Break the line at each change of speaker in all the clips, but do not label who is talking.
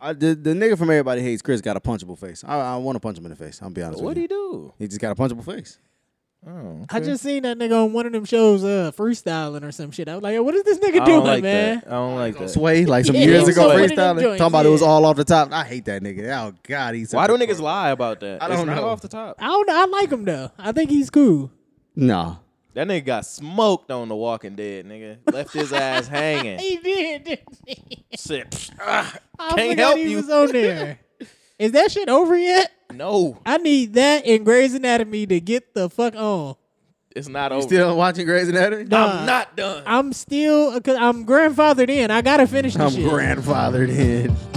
I, the, the nigga from Everybody Hates Chris got a punchable face. I, I want to punch him in the face. I'll be honest
What
with
do
you.
you do?
He just got a punchable face.
Oh,
I just seen that nigga on one of them shows, uh, freestyling or some shit. I was like, yo, what is this nigga
I
doing,
don't like
man?
that. I don't like that.
Sway, like some
Yeah,
years
he
ago,
was one of
freestyling.
them
Talking
joints,
about it was
yeah.
all off the top. I hate that nigga. Oh, God. He's such
Why
a
do
fuck.
niggas lie about that?
I don't
it's Not
know.
off the top.
I don't know. I like him though. I think he's cool.
Nah.
That nigga got smoked on The Walking Dead. Nigga left his ass hanging.
He ah." did. didn't he?
Shit.
I
Can't
forgot
help
he
you.
was on there. Is that shit over yet?
No,
I need that in Grey's Anatomy to get the fuck on.
it's not
You
over.
still watching Grey's Anatomy?
No.
I'm not done.
I'm still because I'm grandfathered in. I gotta finish this
I'm
shit.
grandfathered in.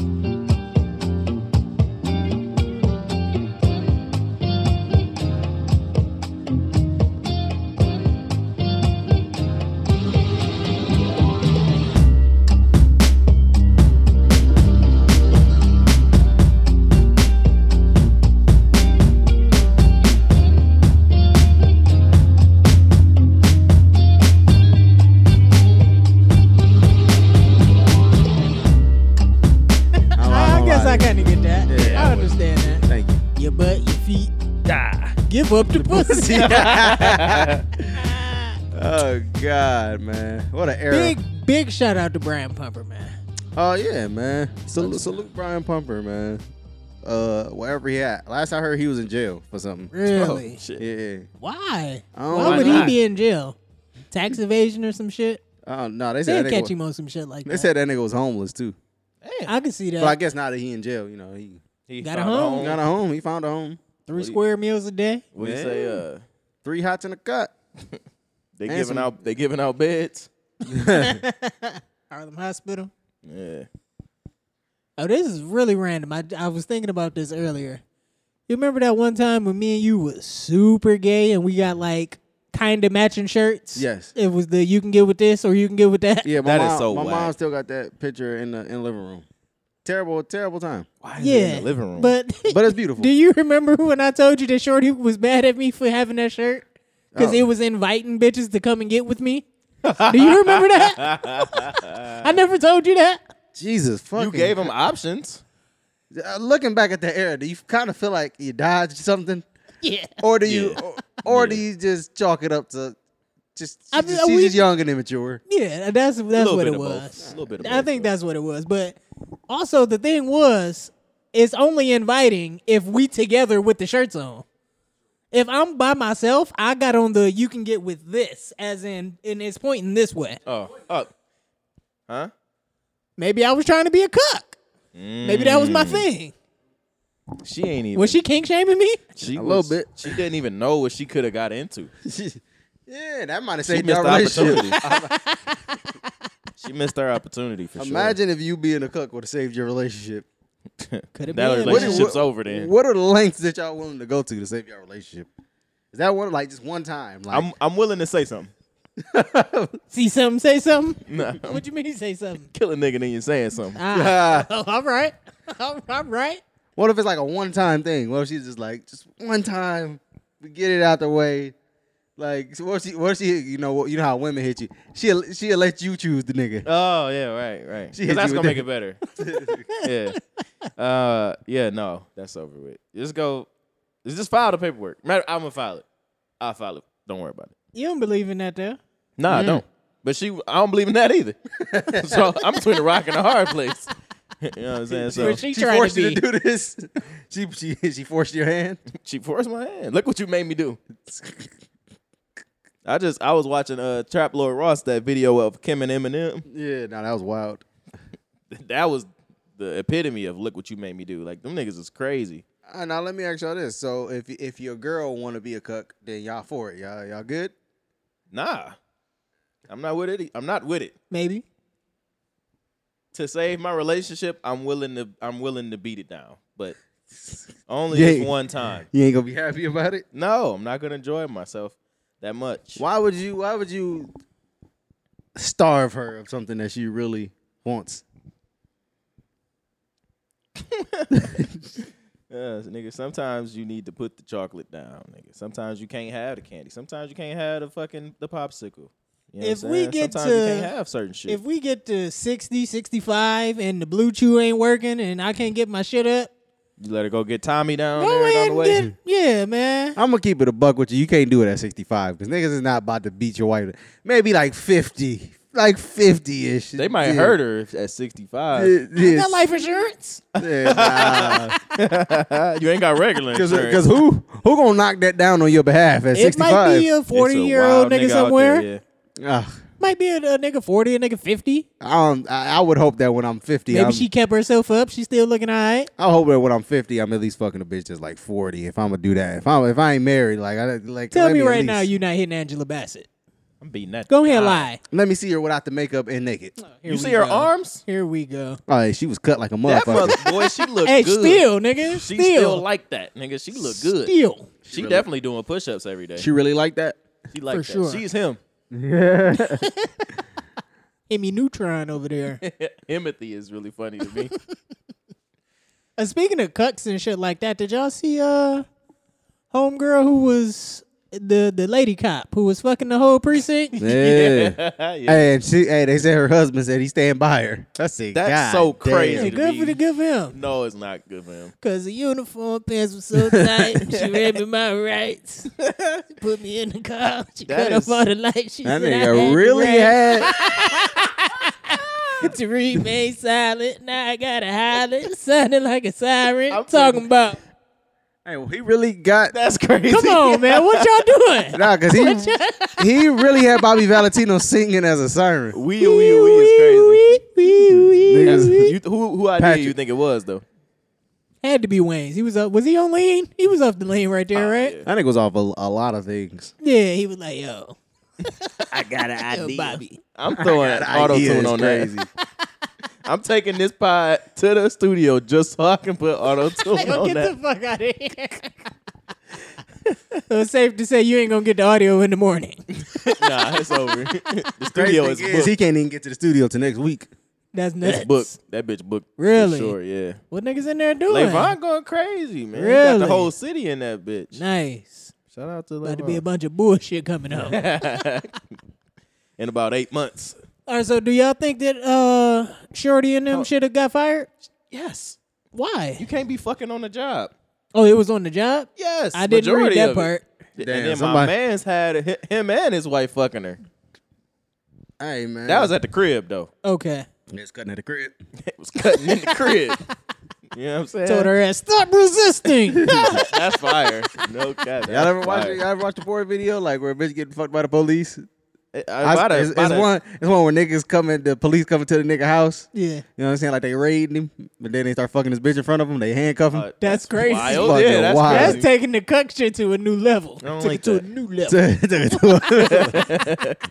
I, I guess I
can.
kind of get that.
Yeah, I
I
would.
understand that.
Thank you.
Your butt, your feet. Give up the pussy.
Oh God, man, what an era!
big, big shout out to Brian Pumper, man.
Oh yeah, man. Salute, salute Brian Pumper, man. Uh, wherever he at. Last I heard, he was in jail for something.
Oh,
Really?
Yeah, yeah.
Why?
I don't-
Why,
why
would
not?
he be in jail? Tax evasion or some shit?
Oh no, they
They'll
said that
catch
nigga,
him on some shit like
they
that.
said that nigga was homeless too.
I can see that.
But I guess now that he in jail, you know, he
He
Got a
found
home?
got a home. He found a home.
Three square meals a day.
What do you say? Uh,
Three hots in a cut.
they
And
giving
some-
out. They giving out beds.
Harlem Hospital.
Yeah.
Oh, this is really random. I, I was thinking about this earlier. You remember that one time when me and you was super gay and we got like kind of matching shirts?
Yes.
It was the you can get with this or you can get with that.
Yeah, my
That is
mom,
so
my
whack.
mom still got that picture in the in the living room. Terrible, terrible time.
Why is it
Yeah.
in the living room?
But
But it's beautiful.
do you remember when I told you that Shorty was mad at me for having that shirt? Because
Oh.
it was inviting bitches to come and get with me. do you remember that? I never told you that.
Jesus, fucking.
you gave him options.
Uh, Looking back at the era, do you kind of feel like you dodged something?
Yeah.
or do you
Yeah.
or, or do you just chalk it up to just she's,
I mean,
just, she's
we-
just young and immature?
Yeah, that's that's
Little
what
bit
it
of both.
was.
Little bit of
I
both,
think that's what it was. But also the thing was, it's only inviting if we together with the shirts on. If I'm by myself, I got on the you can get with this, as in and it's pointing this way.
Oh, up. Huh?
Maybe I was trying to be a cook. Maybe that was
Mm.
my thing.
She ain't even.
Was she kink shaming me?
She
A little
was-
bit.
She didn't even know what she could have got into.
yeah, that might have
She
saved your
missed the
relationship.
opportunity. she missed her opportunity for
Imagine if you being a cook would have saved your relationship.
sure.
Could've
that
been.
What-
relationship's
what-
over then.
What are the lengths that y'all willing to go to to save your relationship? Is that one like just one time? Like
I'm I'm willing to say something.
See something, say something.
Nah, I'm
What you mean say something?
kill a nigga and you saying something.
Ah,
Ah,
oh, all right, all all right.
what if it's like a one time thing? What if she's just like just one time we get it out the way? Like so what if she what if she you know you know how women hit you? She will she'll let you choose the nigga.
Oh yeah, right, right.
She
'Cause
hit
that's
you
gonna
with
make it better. yeah. Uh, yeah. No, that's over with. Just go. Just file the paperwork. Matter. I'm gonna file it. I'll file it. Don't worry about it.
You don't believe in that though.
Nah, I don't. But she, I don't believe in that either. so I'm between a rock and a hard place. you know what I'm saying? So
But
she,
she,
she
tried
forced
to be.
you to do this. She she she forced your hand.
forced my hand. Look what you made me do. I just, I was watching uh Trap Lord Ross that video of Kim and Eminem.
Yeah, no, that was wild.
That was the epitome of look what you made me do. Like them niggas is crazy.
Uh, now let me ask y'all this: So if if your girl want to be a cuck, then y'all for it. Y'all y'all good?
Nah, I'm not with it. e, I'm not with it.
Maybe.
To save my relationship, I'm willing to, I'm willing to beat it down, but only
Yeah.
this one time.
You ain't gonna be happy about it.
No, I'm not gonna enjoy myself that much.
Why would you? Why would you starve her of something that she really wants?
Yeah, nigga, sometimes you need to put the chocolate down, nigga. Sometimes you can't have the candy. Sometimes you can't have the fucking the popsicle. You know what
If
I'm
we
saying?
get
Sometimes you
to-
can't have certain shit.
If we get to 60, 65 and the blue chew ain't working and I can't get my shit up,
you let her go get Tommy down
go
there and on
ahead
the
and
way.
get Yeah, man.
I'm gonna keep it a buck with you. You can't do it at 65 because niggas is not about to beat your wife. Maybe like 50, like 50 ish.
They might hurt her if, at 65.
I got life insurance.
you ain't got regular insurance.
Because who who gonna knock that down on your behalf at
It might
65?
be a
It's a
40 year
wild
old nigga,
out
somewhere.
there, yeah.
Ugh.
Might be a, a nigga 40, a nigga 50.
I, don't- I I would hope that when I'm 50,
Maybe
I'm,
she kept herself up. She's still looking all right.
I hope that when I'm 50, I'm at least fucking a bitch that's like 40. If I'm gonna do that, if I if I ain't married, like I like
Tell
let
me
at
right
least-
now you're not hitting Angela Bassett.
I'm beating that.
Go ahead,
guy.
lie.
Let me see her without the makeup and naked.
Here
You
we
see her
go.
arms?
Here we go.
Oh, yeah, she was cut like a
That
motherfucker.
mother, boy, she look
Hey,
good.
still, nigga.
she
still,
still. like that, nigga. She look good.
Still.
She definitely doing push-ups every day.
she
She,
really liked that.
like
for
that.
sure.
She's him.
Emmy Neutron over there.
E, Empathy is really funny to me.
Uh, speaking of cucks and shit like that, did y'all see uh homegirl who was the the lady cop who was fucking the whole precinct?
Yeah.
yeah.
Hey, and she, hey, they said her husband said he stand by her. That's it.
That's
God
so
damn.
crazy.
Yeah, good for the good for him.
No, it's not good for him.
Cause the uniform pants were so tight, she read me my rights. She put me in the car. She
That
cut
is-
off all the lights. She
That
said I
nigga
had
really
to rap
had.
to remain silent. Now I gotta holler. It sounded like a siren.
I'm
I'm talking about.
hey, well, he really got.
That's crazy.
Come on, man. What y'all doing?
Nah, cause he he really had Bobby Valentino singing as a siren.
Wee wee wee is crazy.
Niggas-
crazy.
You, who who idea
Patrick.
you think it was though?
Had to be Wayne's. He was up. Was he on lane? He was off the lane right
Oh,
there, right?
That nigga was off a, a lot of things.
Yeah. he was like, yo,
I got an
yo, Bobby.
I'm throwing
That idea
auto tune
is
on crazy. I'm taking this pod to the studio just so I can put auto tune
Yo,
on
get
that.
the fuck out of here. so it's safe to say you ain't gonna get the audio in the morning.
nah, it's over. the studio is
Crazy thing
booked.
he can't even get to the studio till next week.
That's nuts.
It's booked. That bitch booked. for
Really?
sure, yeah.
What niggas in there doing?
Levon going crazy, man. He got the
Really?
whole city in that bitch.
Nice.
Shout out to uh,
About to be a
Levon.
bunch of bullshit coming up.
in about eight months.
All right, so do y'all think that uh Shorty and them should have got fired?
Yes.
Why?
You can't be fucking on the job.
Oh, it was on the job.
Yes.
I didn't read
majority
that
of it.
part.
And
Damn,
then my
somebody-
man's had hi- him and his wife fucking her.
Hey man,
That was at the crib though.
Okay.
it's cutting at the crib.
It was cutting in the crib. You know what I'm saying?
Told her ass, stop resisting.
That's fire. No cap.
Y'all ever watch? Y'all ever watch the porn video like where a bitch getting fucked by the police?
It's,
it's, it's one. It's one where niggas coming. The police coming to the nigga house.
yeah.
You know what I'm saying? Like they raiding him, but then they start fucking this bitch in front of him. They handcuff him.
Uh,
That's crazy.
Wild.
Fucking
Yeah, that's
wild.
That's
wild.
taking the cuck shit to a new level.
don't
Took
like
it to
that.
a new level.
Took it to-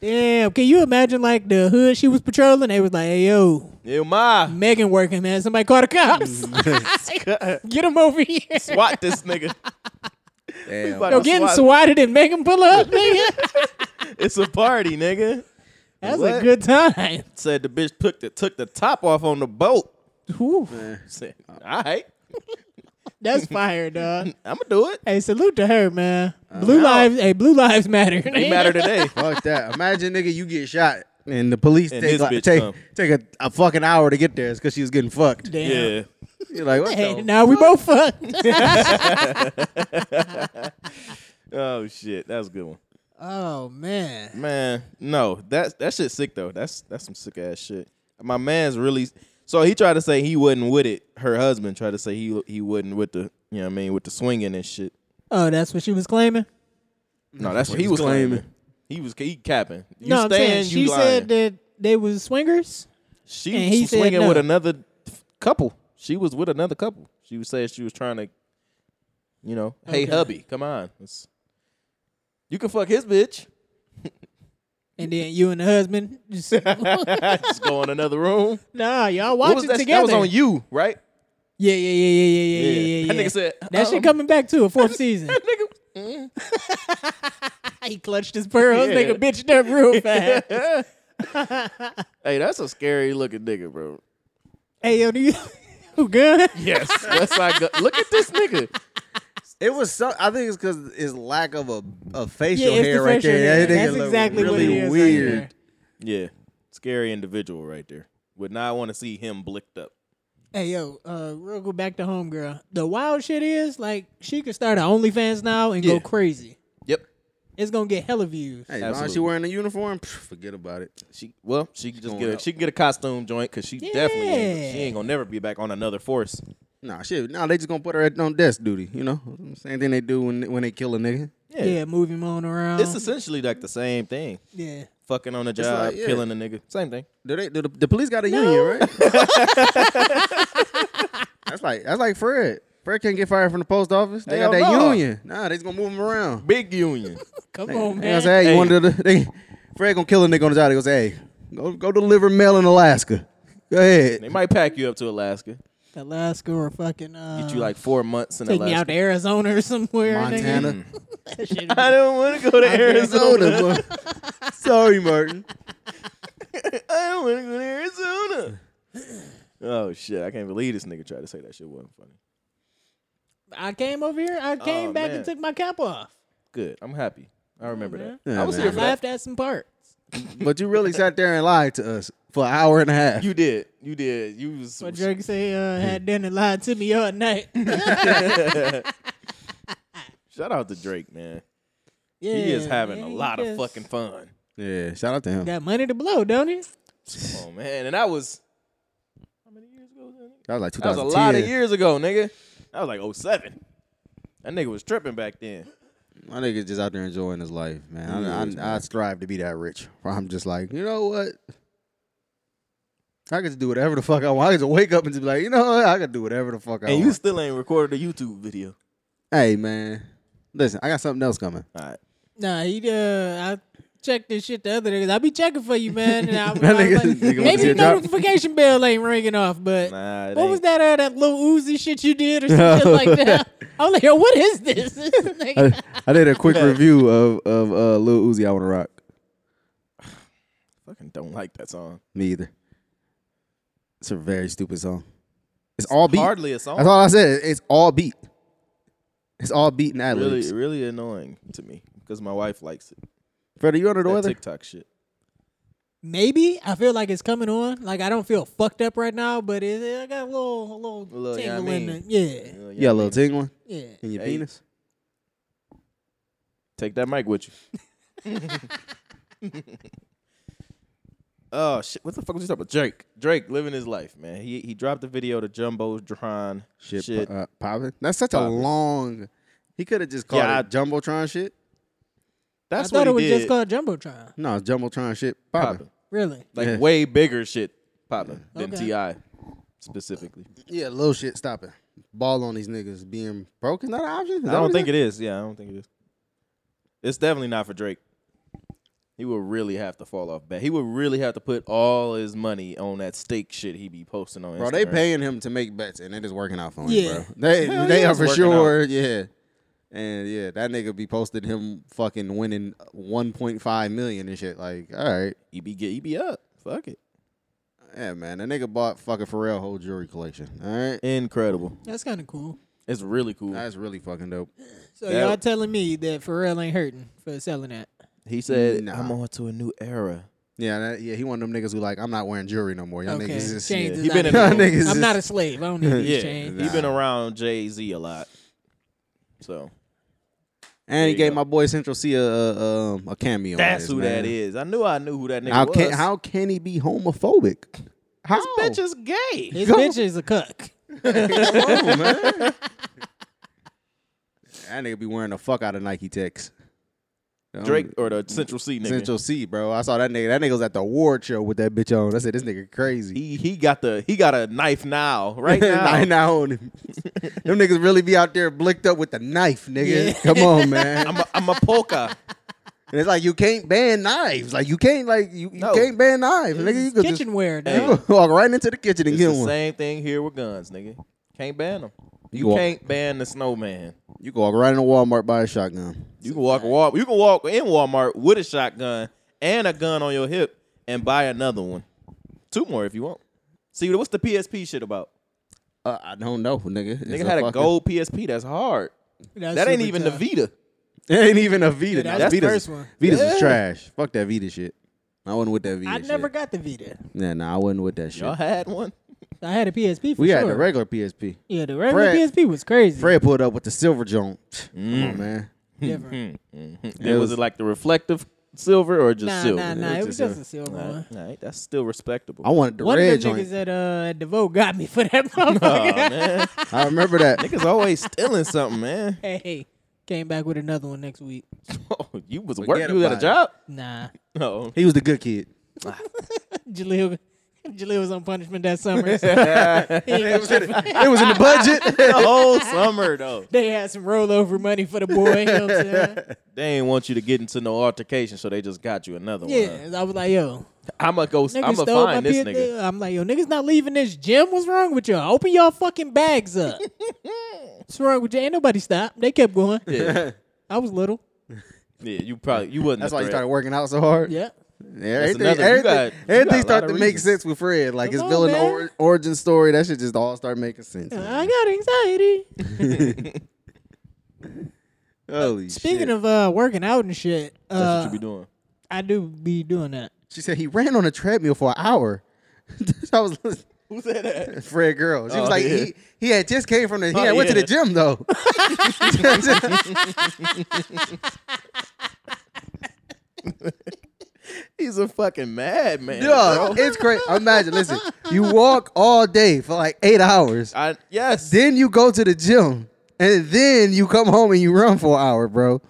Damn. Can you imagine like the hood she was patrolling? They was like, hey yo,
yeah, my
Megan working, man. Somebody call the cops.
Mm.
get him over here.
swat this nigga.
Damn.
Fuck.
Yo, getting
Swat.
swatted and Megan pull up, nigga.
It's a party, nigga.
That's a
What?
good time.
Said the bitch took the took the top off on the boat.
Whew.
Said, all right,
That's fire, dog.
I'm gonna do it.
Hey, salute to her, man. Blue lives, hey, blue lives matter.
It Uh, matter today.
Fuck that. Imagine, nigga, you get shot and the police
And
take
this
like,
bitch
take,
come.
take a, a fucking hour to get there. It's because she was getting fucked.
Damn.
Yeah,
You're like, what
Hey,
the?
now we both fucked.
Oh shit, that was a good one.
oh man,
Man, no, that's that shit sick though. That's that's some sick ass shit. My man's really so he tried to say he wasn't with it. Her husband tried to say he he wasn't with the you know what I mean with the swinging and shit.
oh, that's what she was claiming.
No, that's what he
He
was
was
claiming.
claiming.
He was he capping. You
no, I'm
staying,
saying she
you lying.
said that they was swingers.
she
and he
was
said
swinging
no.
with another couple. She was with another couple. She was saying she was trying to, you know, hey
Okay.
hubby, come on, Let's- you can fuck his bitch.
And then you and the husband, just,
Just go in another room.
nah, y'all
What
watch
was
it
that?
together.
That was on you, right?
Yeah, yeah, yeah, yeah, yeah,
Yeah.
yeah, yeah, yeah.
That
yeah.
nigga said,
that
um,
shit coming back too, a fourth season.
Nigga, mm.
he clutched his pearls,
Yeah.
nigga, bitched up real fast.
hey, that's a scary looking nigga, bro.
hey, yo, do you? Who good?
Yes, that's how I go. Look at this nigga.
It was so. I think it's because his lack of a, a facial
Yeah, it's
hair
the
right
facial
there.
hair.
That nigga
That's
look
exactly
what
really
it
is right
weird.
there.
Yeah, scary individual right there. Would not want to see him blicked up.
Hey yo, uh, real go back to homegirl. The wild shit is like she could start her OnlyFans now and
Yeah.
go crazy.
Yep.
It's gonna get hella views.
Hey, as long as she
Absolutely.
wearing a uniform, pff, forget about it.
She well, she can just
going
get a,
out.
she can get a costume joint because she definitely ain't, she
Yeah.
ain't gonna never be back on another force.
Nah, shit. Nah, they just gonna put her at on desk duty. You know, same thing they do when when they kill a nigga.
Yeah.
Yeah, move him on around.
It's essentially like the same thing.
yeah.
Fucking on the job,
like, yeah.
killing a nigga, same thing.
Do they? Do the, the police got a union, right? that's like that's like Fred. Fred can't get fired from the post office. They
Hell
got that
no.
union. Nah, they just gonna move him around.
Big union.
Come on,
They gonna
man.
say, hey,
Hey.
you want to? do The, they, Fred gonna kill a nigga on the job. They gonna say, hey, go go deliver mail in Alaska. Go ahead.
they might pack you up to Alaska,
Alaska or fucking uh,
get you like four months in
take me out
Alaska.
to Arizona or somewhere. nigga.
Montana,
That shit
I don't want to go to Arizona.
Arizona. boy. Sorry, Martin.
I don't want to go to Arizona. oh shit! I can't believe this nigga tried to say that shit wasn't funny.
I came over here. I came
Oh,
back
man.
and took my cap off.
Good. I'm happy. I remember that.
man. Yeah,
I was
man.
here
I
for that.
laughed at some parts.
But you really sat there and lied to us for an hour and a half.
You did. You did. You was.
But Drake say uh, had dinner lied to me all night. yeah,
shout out to Drake, man. he is having
man,
a
he
lot of
just
fucking fun.
yeah, shout out to him.
Got money to blow, don't he?
Oh man, and that was
That was like
that was
2010.
a lot of years ago, nigga. That was like 07. That nigga was tripping back then.
My nigga's just out there enjoying his life, man.
He
I,
is,
I, I strive to be that rich. Where I'm just like, you know what? I could just do whatever the fuck I want. I could just wake up and just be like, you know what? I could do whatever the fuck I
And you
want.
still ain't recorded a YouTube video.
hey, man. Listen, I got something else coming.
All right.
Nah, he uh, I checked this shit the other day. 'cause I be checking for you, man. And I,
That
I was
nigga- nigga
like,
went to
maybe
your
the
job.
notification bell ain't ringing off. But
Nah, it
what
ain't.
was that? Uh, that little Uzi shit you did or something like that? I was like, yo, what is this? Nigga.
I, I did a quick review of of uh, Lil Uzi. I want to rock.
Fucking don't like that song.
Me either. It's a very stupid song. It's all beat.
Hardly a song.
That's all I said. It's all beat. It's all beat and ad
really,
libs.
really annoying to me because my wife likes it.
Fred, are you under the
That
weather?
TikTok shit.
maybe I feel like it's coming on. Like I don't feel fucked up right now, but it, I got a little, a little,
A little, you know
tingle
what I
in
mean?
it. Yeah,
You know,
You got a
what
little
I mean?
tingling
yeah.
in your
Hey.
penis?
Take that mic with you. oh shit! What the fuck was you talking about? Drake. Drake living his life, man. He he dropped the video to Jumbo's Dron
Shit,
shit.
po- Uh, popping. That's such a
Poppin'.
long. He could have just called
Yeah, I-
it jumbotron shit.
I
That's
thought
what
it
he
was
did.
just called jumbotron.
No, it's jumbotron shit popping.
popping.
Really?
Like
Yeah.
way bigger shit popping than
Okay.
Ti specifically.
Yeah, little shit stopping. Ball on these niggas being broke is not an option. Is
I
that
don't
what
think it is. Yeah, I don't think it is. It's definitely not for Drake. He would really have to fall off bad. He would really have to put all his money on that steak shit he be posting on
Bro,
Instagram.
they paying him to make bets, and it is working out for him, bro.
Yeah.
They
Hell
they
yeah,
are
it's
for
working
sure, yeah. And yeah, that nigga be posting him fucking winning 1.5 million and shit. Like, all right,
He be get. He be up. Fuck it.
yeah, man. That nigga bought fucking Pharrell whole jewelry collection. All right,
Incredible.
That's kind of cool.
It's really cool.
that's really fucking dope.
So
That-
y'all telling me that Pharrell ain't hurting for selling that?
He said,
Nah.
"I'm on to a new era."
Yeah, that, yeah. He one of them niggas who like, I'm not wearing jewelry no more. Y'all
Okay.
niggas just
Change
yeah.
his
He been in
identity.
Y'all niggas
I'm
just-
not a slave. I don't need these chains.
he been
Nah.
around Jay Z a lot, so
And he
There you
gave
go.
my boy Central C a a, um, a cameo. on
that's
this,
who
man.
that is. I knew I knew who that nigga
How
was.
can how can he be homophobic? How?
this bitch is gay.
His
Go.
bitch is a cuck.
Come on, man. That nigga be wearing the fuck out of Nike Techs. Um,
Drake or the Central C nigga.
Central C, bro. I saw that nigga. That nigga was at the award show with that bitch on. I said, this nigga crazy.
He he got the he got a knife now right now.
Right now on him. Them niggas really be out there blicked up with the knife, nigga.
Yeah.
Come on, man.
I'm a, I'm a polka.
and it's like you can't ban knives. Like you can't like you, you
No.
can't ban knives. Nigga, you
It's
could just
kitchenware,
Hey.
you
dog.
could walk right into the kitchen and
It's
get
the
one.
same thing here with guns, nigga. Can't ban them.
You
You
walk-
can't ban the snowman.
You can walk right into Walmart buy a shotgun.
You can walk walk. You can walk in Walmart with a shotgun and a gun on your hip and buy another one, two more if you want. See what's the PSP shit about?
Uh, I don't know, nigga. It's
Nigga had a
fucking-
gold PSP that's hard.
That's
that ain't
super
even
tough.
the Vita.
It ain't even a Vita.
Yeah,
now.
that's the
Vita's,
first one.
Vita's
Yeah.
is trash. Fuck that Vita shit. I wasn't with that Vita
I
shit.
never got the Vita.
Nah, nah, I wasn't with that shit.
Y'all had one.
I had a PSP for
we
sure.
had the regular PSP.
yeah, the regular
Fred-
PSP was crazy.
Fred pulled up with the silver joint. Come
Mm.
on, man.
Different.
Mm-hmm.
And was
was-
it like the reflective silver or just
Nah,
silver?
nah, nah. It was just a silver
All
one.
right, all right, that's still respectable.
I wanted the
One
red
of the
joint.
niggas at uh at DeVoe got me for that
Aw,
motherfucker.
man.
I remember that.
Niggas always stealing something, man.
hey, came back with another one next week.
Oh, you was
Forget
working. You got a
about
job?
Nah,
No.
He was the good kid.
Jaleel, Jaleel was on punishment that summer. so he ain't
It was in
gonna-
the, it was in the budget.
the whole summer though.
they had some rollover money for the boy. Hilton.
They ain't want you to get into no altercation, so they just got you another one.
yeah, I was like, yo,
I'ma go
niggas
I'ma
stole my
find this
pit-
nigga.
I'm like, yo, niggas not leaving this gym. What's wrong with y'all? Open y'all fucking bags up. What's wrong with you? Ain't nobody stopped. They kept going.
Yeah.
I was little.
yeah, you probably you wasn't.
That's
a
why you
threat.
started working out so hard.
Yeah.
everything
another- you
everything,
got- you
everything
got a lot
started
of
to make
reasons.
sense with Fred. Like his
Come on,
villain
man. Uh,
or, origin story, that shit just all started making sense.
I got anxiety.
Holy
Speaking
shit.
of uh, working out and shit,
That's
uh,
what you be doing.
I do be doing that.
She said he ran on a treadmill for an hour. I was listening.
Who said that?
Fred girl. She was
Oh,
like,
yeah.
he, he had just came from the he
Oh,
had went to
yeah.
the gym though.
He's a fucking madman.
Yo,
bro.
it's crazy. Imagine, listen, you walk all day for like eight hours,
I yes.
then you go to the gym, and then you come home and you run for an hour, bro.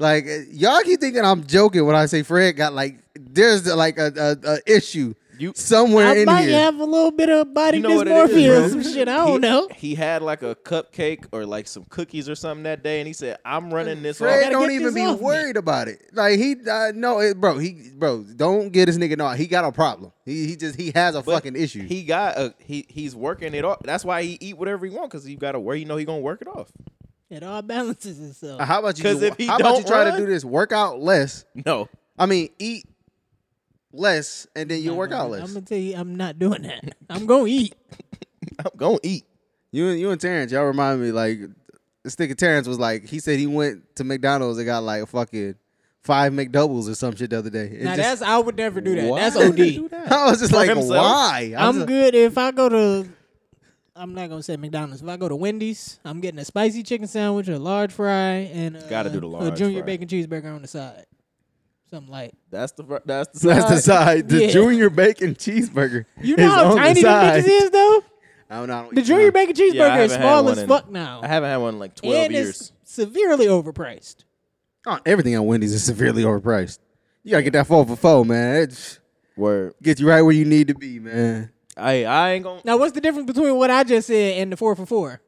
Like eh, y'all keep thinking I'm joking when I say Fred got like there's like a, a, a issue
You-
somewhere
I
in
might
here.
have a little bit of body
You know what it
dysmorphia or
is,
some
bro?
shit. I don't
he,
know.
He had like a cupcake or like some cookies or something that day, and he said, "I'm running this
Fred
off."
gotta
don't
get
even
this
be
off me.
worried about it. Like he uh, no, it, bro, he bro, don't get this nigga no. He got a problem. He he just he has a
But
fucking issue.
He got a he. He's working it off. That's why he eat whatever he want because he got to where you know he gonna work it off.
It all balances itself.
How about you?
'Cause
do-
if he
how about you
don't
try to
run-
do this? Work out less.
No,
I mean, eat less, and then you
Nah,
work
nah,
out
I'm
less.
gonna tell you, I'm not doing that. I'm gonna eat.
I'm gonna eat.
You and you and Terrence, y'all remind me like this nigga Terrence was like he said he went to McDonald's and got like fucking five McDoubles or some shit the other day. It
now
just-
that's I would never do that.
Why
That's
would he do
OD.
that?
I was just
For
like,
himself?
why? I was
I'm
like-
good if I go to. I'm not gonna say McDonald's. If I go to Wendy's, I'm getting a spicy chicken sandwich, a large fry, and uh,
Gotta do the
a
large
junior
fry.
bacon cheeseburger on the side. Something like
That's the fir- that's the
That's the
side.
side. The
Yeah.
junior bacon cheeseburger.
you know how tiny the bitches is though.
I don't know. I don't
The
eat
junior
mine.
bacon cheeseburger
Yeah, I
is
haven't had
small
one
as
in-
fuck now,
I haven't had one in like twelve
and
years.
it's severely overpriced.
Oh, everything at Wendy's is severely overpriced. You gotta get that four for four, man. It
Word.
gets you right where you need to be, man.
I I ain't gonna.
Now, what's the difference between what I just said and the four for four?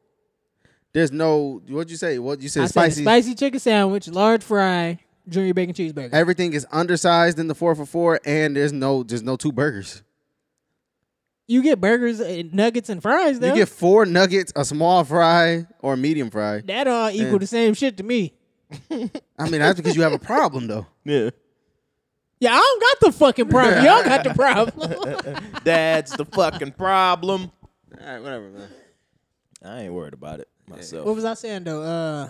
There's no what you say. What you
I
said?
said
Spicy.
the spicy chicken sandwich, large fry, junior bacon cheeseburger.
Everything is undersized in the four for four, and there's no there's no two burgers.
you get burgers, and nuggets, and fries. Though
You get four nuggets, a small fry, or a medium fry.
that all equal the same shit to me.
I mean, that's because you have a problem though.
Yeah.
Yeah, I don't got the fucking problem. Y'all got the problem.
That's the fucking problem.
All right, whatever, man.
I ain't worried about it myself.
what was I saying though? Uh,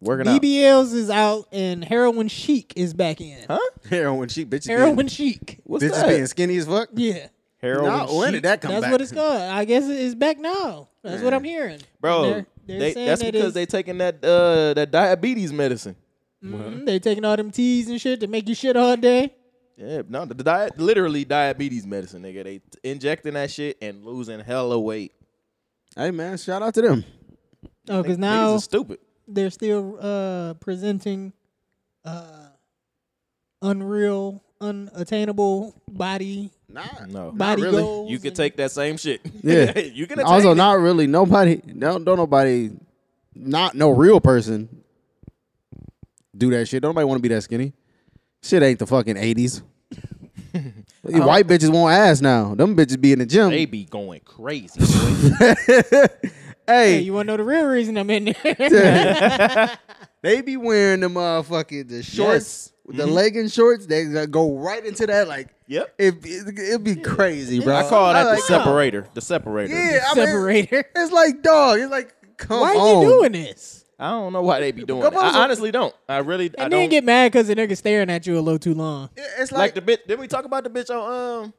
Working out.
BBLs is out and heroin chic is back in.
Huh?
Heroin chic, bitches.
Heroin
being,
chic.
What's
bitches
that?
being skinny as fuck.
Yeah,
Heroin
Nah, when
chic?
did that come
that's
back?
what it's called. I guess it- it's back now. That's what I'm hearing,
bro?
They're, they're
they,
saying
that's
that
because
it's-
they taking that uh that diabetes medicine.
mhm, they taking all them teas and shit to make you shit all day.
Yeah, no, the diet literally diabetes medicine, nigga. They t- injecting that shit and losing hella weight.
Hey, man, shout out to them.
Oh, because
Niggas
now
is stupid.
they're still uh presenting uh unreal unattainable body
Nah,
No,
body
really.
goals
you could
and-
take that same shit.
Yeah.
you can
also
take it.
not really nobody. No, don't nobody. Not no real person. Do that shit. Don't nobody want to be that skinny. Shit ain't the fucking eighties. White bitches want ass now. Them bitches be in the gym.
They be going crazy. boy.
hey
Hey,
you want to know the real reason i'm in there
they be wearing the motherfucking the shorts, the legging shorts. They that go right into that like.
Mm-hmm. Yep.
It it it'd be crazy, bro.
I call that the
like,
separator. The separator.
Yeah, I mean,
separator
it's like dog. It's like come
why
on.
are you doing this
I don't know why they be doing. It.
Caruso-
I honestly don't. I really. I
And
don't
then get mad because the nigga staring at you a little too long.
It's
like, the bitch. Didn't we talk about the bitch on um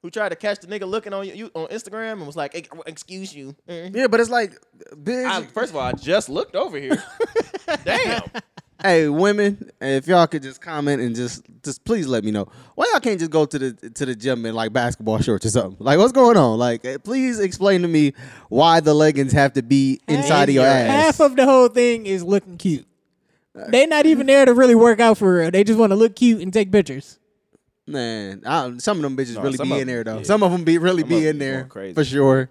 who tried to catch the nigga looking on you, you on Instagram and was like, "Ex- "Excuse you." Mm.
yeah, but it's like, bitch.
I, first of all, I just looked over here. Damn.
hey, women, if y'all could just comment and just just please let me know why y'all can't just go to the to the gym in like basketball shorts or something. Like, what's going on? Like, eh, please explain to me why the leggings have to be inside of your
Half-
ass.
Half of the whole thing is looking cute. They not even there to really work out for real. They just want to look cute and take pictures.
Man, I, some of them bitches
No,
really
some
be
of
in there
them-
though.
yeah.
Some of them be really
Some of
be
them
in
be
there
going crazy.
for sure.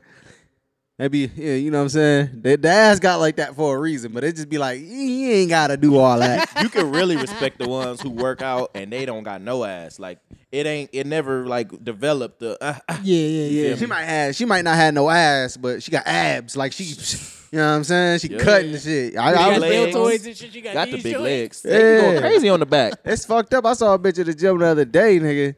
They be, yeah, you know what I'm saying? They, the ass got like that for a reason, but it just be like, you ain't gotta do all that.
you can really respect the ones who work out and they don't got no ass. Like it ain't. It never like developed the. Uh, uh,
Yeah, yeah, yeah.
she might have, she might not have no ass, but she got abs. Like she, you know what I'm saying? She
Yeah.
cutting the shit. I, I was
You got
legs.
deltoids and shit. You got,
got the
these
big
joints.
legs. They be
Yeah.
going crazy on the back.
It's fucked up. I saw a bitch at the gym the other day, nigga.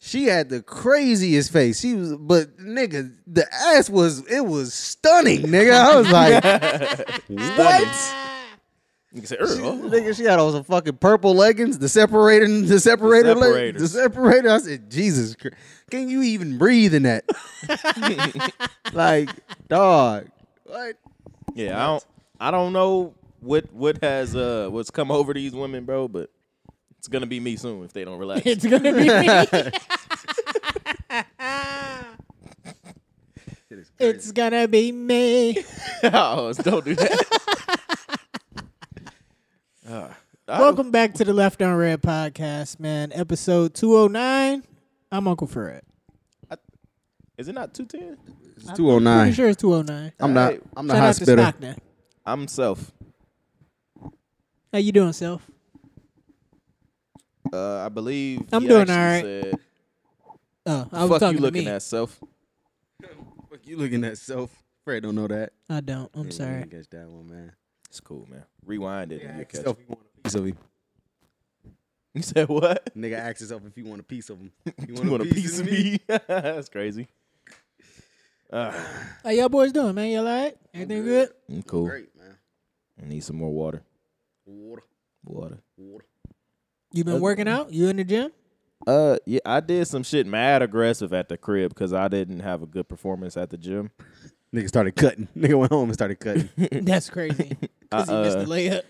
She had the craziest face. She was, but nigga, the ass was it was stunning, nigga. I was like, what?
You can say, "Er, oh."
Nigga, she had all some fucking purple leggings, the separating, the separator, the,
separators.
the separator. I said, Jesus, Christ. can you even breathe in that? like, dog, what?
Yeah, I don't. I don't know what what has uh what's come over these women, bro. But it's gonna be me soon if they don't relax.
It's gonna be me. it's gonna be me.
oh, don't do that. Ah, I don't-
Welcome back to the Left on Red podcast, man. Episode 209. I'm Uncle Fred.
Is it not two ten?
It's two oh
Pretty
nine.
sure it's 209.
I'm not.
Hey,
I'm the
Shout
high
out to
spitter.
Stockton.
I'm self.
How you doing, self?
Uh, I believe.
I'm
he
doing
actually
all right.
Said,
Oh, I was
Fuck
talking
you looking
to me.
at self.
Fuck you looking at self? Fred don't know that.
I don't. I'm sorry.
catch that one, man.
It's cool, man. Rewind it. and you catch.
Self,
it.
you want a piece of him.
You said what?
Nigga asks himself if you want a piece of him.
You want a piece of me? That's crazy. Ah,
How y'all boys doing, man? Y'all all right? Everything good?
I'm Mm, cool.
Great, man.
I need some more water.
Water,
Water.
water.
You been working out? You in the gym?
Uh, yeah, I did some shit mad aggressive at the crib because I didn't have a good performance at the gym.
Nigga started cutting. Nigga went home and started cutting.
That's crazy. Cause he
Uh,
missed the layup.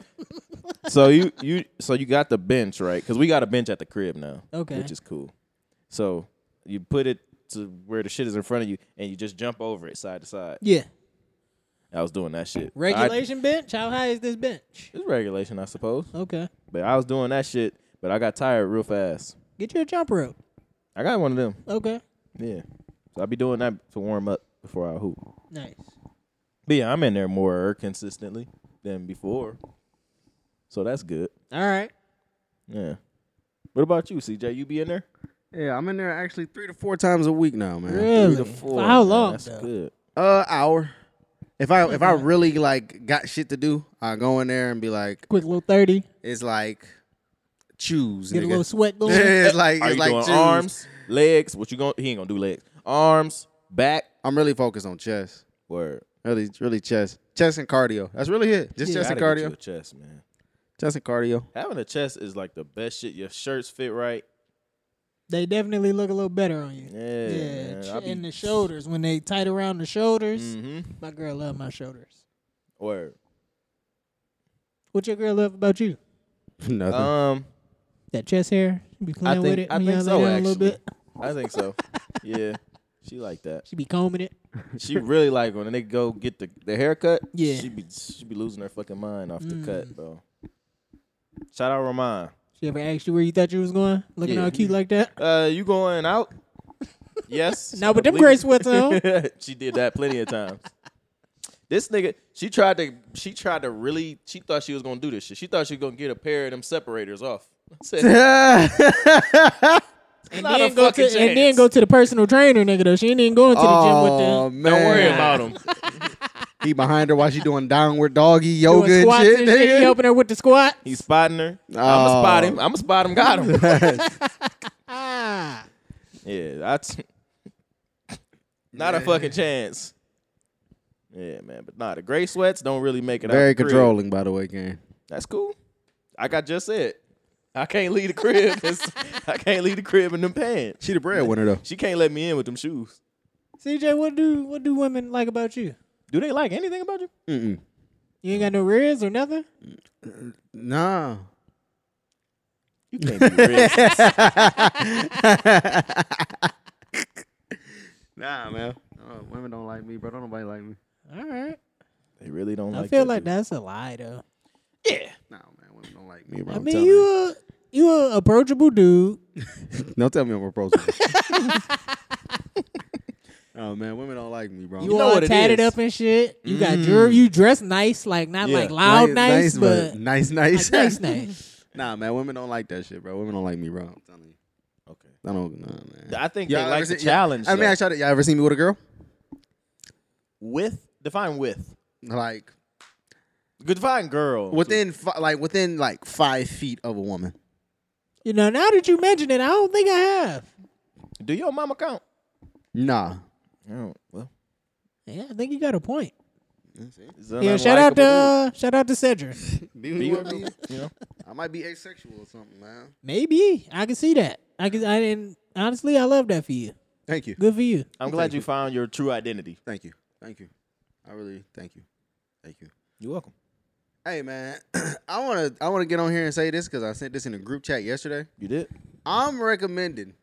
so you you so you got the bench right because we got a bench at the crib now.
Okay.
which is cool. So you put it to where the shit is in front of you and you just jump over it side to side.
Yeah.
I was doing that shit. I-
Regulation bench? How high is this bench?
it's regulation, I suppose.
Okay.
But I was doing that shit, but I got tired real fast.
Get you a jump rope.
I got one of them.
Okay.
Yeah. So I'll be doing that to warm up before I hoop.
Nice.
But yeah, I'm in there more consistently than before. So that's good.
All right.
Yeah. What about you, CJ? You be in there?
yeah, I'm in there actually three to four times a week now, man.
Really?
Three to four.
For how
man.
long?
That's
though?
good.
Uh, hour. If I if I really like got shit to do, I go in there and be like,
Quick little 30.
it's like choose.
Get
nigga.
a little sweat going.
it's like
Are
it's
you
like
doing
choose.
arms, legs? What you going? to He ain't gonna do legs. Arms, back.
I'm really focused on chest.
Word.
Really, really chest, chest and cardio. That's really it. Just chest and
Gotta get you
cardio.
a chest, man.
Chest and cardio.
Having a chest is like the best shit. Your shirts fit right.
They definitely look a little better on you.
Yeah.
Yeah,
man.
ch-
I be-
and the shoulders when they tight around the shoulders.
Mhm.
My girl love my shoulders.
Word.
What your girl love about you?
Nothing.
Um,
That chest hair. She be
I
playing with
think
it.
I
when
think
y'all
so.
lay down a little
Actually,
bit.
I think so. Yeah. She like that.
She be combing it.
She really like when they go get the, the haircut.
Yeah. Mm.
She be she be losing her fucking mind off the cut, bro. Shout out Ramon.
She ever asked you where you thought you was going? Looking
Yeah.
all cute like that?
Uh, you going out? Yes.
Now with
I
them
believe-
gray sweats on.
she did that plenty of times. This nigga, she tried to, she tried to really, she thought she was gonna do this shit. She thought she was gonna get a pair of them separators off. I said,
Oh. And
Not a
then, go to,
fucking
and then
chance.
go to the personal trainer, nigga, though. She ain't even going to the gym
oh
with them.
man,
don't worry about them.
He behind her while she doing downward doggy
Oh,
Doing
yoga and
squats
shit.
and shit.
nigga.
He helping her with the squat.
He's spotting her. I'ma
Oh.
spot him. I'ma spot him. Got him.
Ah.
yeah, that's not a fucking chance. Yeah, man. But nah, the gray sweats don't really make it.
Very
out the crib.
controlling, by the way, Karen.
That's cool. Like I just said, I can't leave the crib. 'cause I can't leave the crib in them pants.
She the breadwinner though.
She can't let me in with them shoes.
CJ, what do what do women like about you?
Do they like anything about you?
Mm-mm.
You ain't got no ribs or nothing.
Nah.
You can't be real.
Nah, man. Uh, women don't like me, bro. Don't nobody like me.
All right.
They really don't
I
like.
feel
that
like
dude.
that's a lie though.
Nah, man. Women don't like me, bro.
I mean, you a you a approachable dude.
Don't tell me I'm approachable. oh man, women don't like me, bro.
You,
know
all
what it
tatted
is. Mm.
up and shit. You got jewelry. You dress nice, like not
Yeah.
like loud nice, but
nice, nice,
like, nice, nice.
nah, man, women don't like that shit, bro. Women don't like me, bro. I'm telling you.
Okay.
I don't, nah, man.
I think
Y'all
they
ever
like
seen-
the challenge.
I mean,
though.
I shot it. Y'all ever seen me with a girl?
with define with
Like
Good define girl
within, fi- like within, like five feet of a woman.
You know, now that you mention it, I don't think I have.
Do your mama count?
Nah.
Oh, well.
Yeah, I think you got a point.
it's an
Yeah, shout
unlikable
out to uh, shout out to Cedric.
dude. Be with you, you know.
I might be asexual or something, man.
Maybe I can see that. I can. I didn't. Honestly, I love that for you.
Thank you.
Good for you.
I'm glad you found your true identity.
Thank you. Thank you. I really thank you. Thank you.
You're welcome.
Hey man, I wanna I wanna get on here and say this because I sent this in a group chat yesterday.
You did.
I'm recommending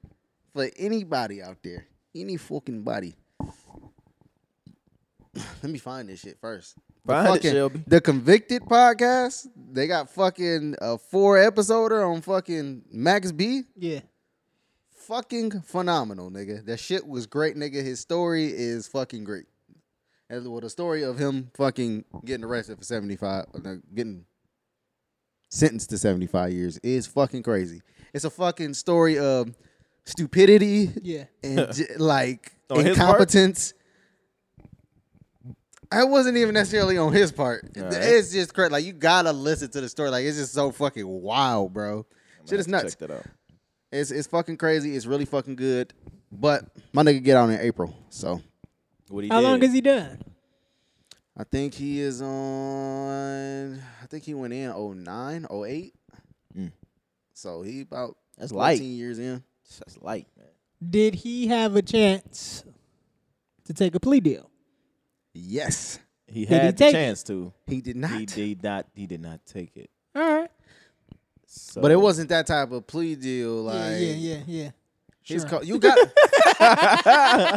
for anybody out there, any fucking body. Let me find this shit first. The
Find it,
fucking-
Shelby.
The Convicted podcast. They got fucking a four episoder on fucking Max B.
Yeah.
Fucking phenomenal, nigga. That shit was great, nigga. His story is fucking great. As well, the story of him fucking getting arrested for seventy five, getting sentenced to seventy five years is fucking crazy. It's a fucking story of stupidity
Yeah.
and j- like
On his part?
incompetence. I wasn't even necessarily on his part.
All right.
It's just crazy. Like you gotta listen to the story. Like it's just so fucking wild, bro. Shit is
Have to
nuts.
Check that out.
It's it's fucking crazy. It's really fucking good. But my nigga get on in April, so
What he
How
did.
long is he done?
I think he is on. I think he went in 09, 08.
Mm.
So he about 14
That's light.
years in.
That's light, man.
Did he have a chance to take a plea deal?
Yes,
He
he
had the
take it?
chance to.
he did not.
He did not. He did not take it.
All right.
So
But it wasn't that type of plea deal. Like
yeah. Yeah. Yeah. Yeah.
His
Sure.
co- you got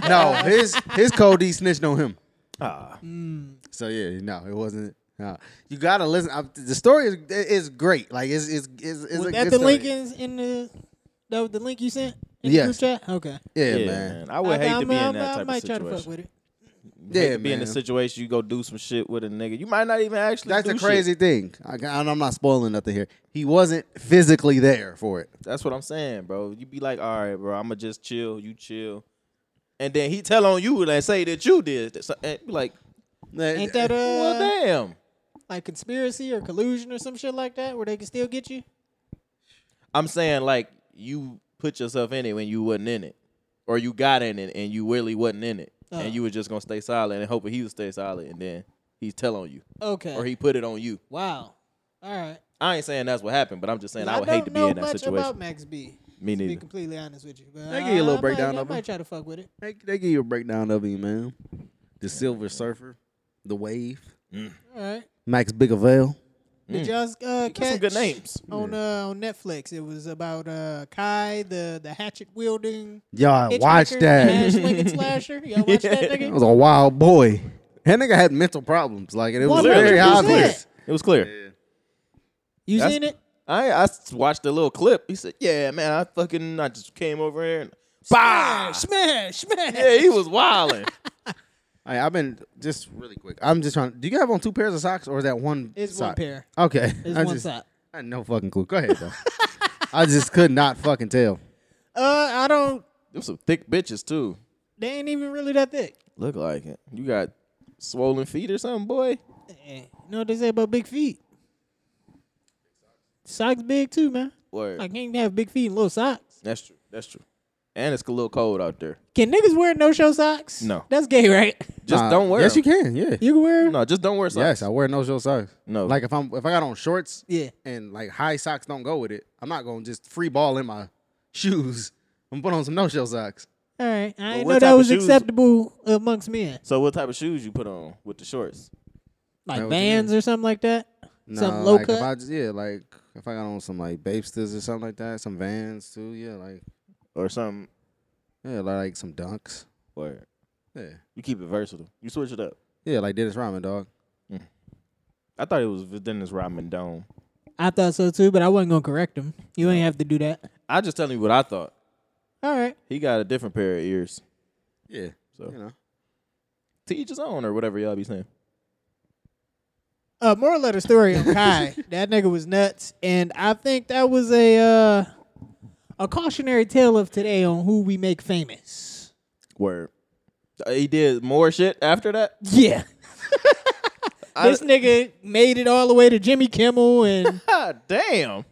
no his his Cody snitched on him.
Ah,
So yeah, no, it wasn't. Nah. You gotta listen. I, the story is is great. Like it's it's it's, it's
Was
a
that
good
the
story.
link in, in the that was the link you sent in
Yes.
the group chat? Okay.
Yeah,
yeah,
man.
man. I would hate to be in that type
might
of situation.
try to fuck with it.
Hate
Yeah,
to be in a
man.
situation you go do some shit with a nigga. You might not even actually.
That's
do
the crazy thing. I, and I'm not spoiling nothing here. He wasn't physically there for it.
Shit. That's what I'm saying, bro. You be like, all right, bro. I'ma just chill. You chill. And then he tell on you and say that you did. it. So- And be like,
Ain't that uh
well, damn.
like conspiracy or collusion or some shit like that where they can still get you?
I'm saying like you put yourself in it when you wasn't in it, or you got in it and you really wasn't in it,
Uh.
and you were just gonna stay silent and hoping he would stay silent, and then he's tell on you
Okay.
or he put it on you.
wow. All right.
I ain't saying that's what happened, but I'm just saying I would
don't
hate to be
know
in that
much
situation.
about Max B.
Me
To be
neither.
completely honest with you, but
They
I-
give you a little
I might-
breakdown
I
of 'em.
might try to fuck with it.
They, they give you a breakdown of him, man. The Silver Surfer, the Wave,
All right.
Max Bigavale.
Did y'all uh,
Got
catch
Mm. some good names.
on uh, on Netflix? It was about uh, Kai, the the hatchet wielding.
Y'all
hitchhiker,
watch
Ash
that.
slinging slasher. Y'all watch
That
that nigga?
was a wild boy. That nigga had mental problems. Like and it was
One hundred
very
percent.
obvious.
It was clear.
You
That's-
seen it?
I I s- watched a little clip. He said, "Yeah, man, I fucking I just came over here and bah!
Ah, Smash, smash.
Yeah, he was wilding.
I, I've been just really quick. I'm just trying. Do you have on two pairs of socks or is that one?
It's one
sock?
pair.
Okay,
It's
I
one
just,
sock.
I had no fucking clue. Go ahead though. I just could not fucking tell.
Uh, I don't.
Them some thick bitches too.
They ain't even really that thick.
Look like it. You got swollen feet or something, boy.
Eh, You know what they say about big feet? Socks big too, man.
Word.
Like you ain't have big feet and little socks.
That's true. That's true. And it's a little cold out there.
Can niggas wear no show socks?
No.
That's gay, right?
Just
Nah,
don't wear.
Yes,
them.
you can. Yeah.
You can wear 'em?
No, just don't wear socks.
yes, I wear no show socks.
No.
Like if I'm if I got on shorts.
Yeah.
And like high socks don't go with it. I'm not gonna just free ball in my shoes. I'm gonna put on some no show socks.
All right. I didn't
what
know that
type of
was
shoes-
acceptable amongst men.
So what type of shoes you put on with the shorts?
That
Like
was
Vans or something like that.
No,
Something low
like
cut.
If I just, yeah, like if I got on some like Babesters or something like that, some Vans too. Yeah, like
Or something
yeah, like some Dunks.
or
Yeah,
you keep it versatile. You switch it up.
yeah, like Dennis Rodman, dog.
I thought it was Dennis Rodman Dome.
I thought so too, but I wasn't gonna correct him. You ain't have to do that.
I just telling you what I thought.
All right.
He got a different pair of ears.
Yeah,
So.
you know,
To each his own, or whatever y'all be saying.
Uh, moral of the story on Kai. that nigga was nuts, and I think that was a uh, a cautionary tale of today on who we make famous.
Word. Uh, He did more shit after that.
Yeah. this nigga made it all the way to Jimmy Kimmel, and
God damn.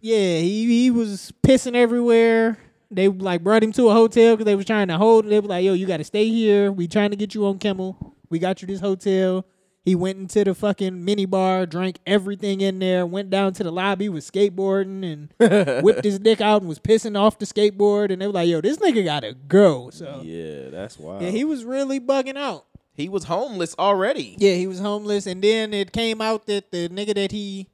yeah, he, he was pissing everywhere. They like brought him to a hotel because they was trying to hold. They were like, "Yo, you got to stay here. We trying to get you on Kimmel. We got you this hotel." He went into the fucking mini bar, drank everything in there, went down to the lobby, was skateboarding and whipped his dick out and was pissing off the skateboard. And they were like, "Yo, this nigga gotta go." So
Yeah, that's wild.
yeah, he was really bugging out.
he was homeless already.
Yeah, he was homeless, and then it came out that the nigga that he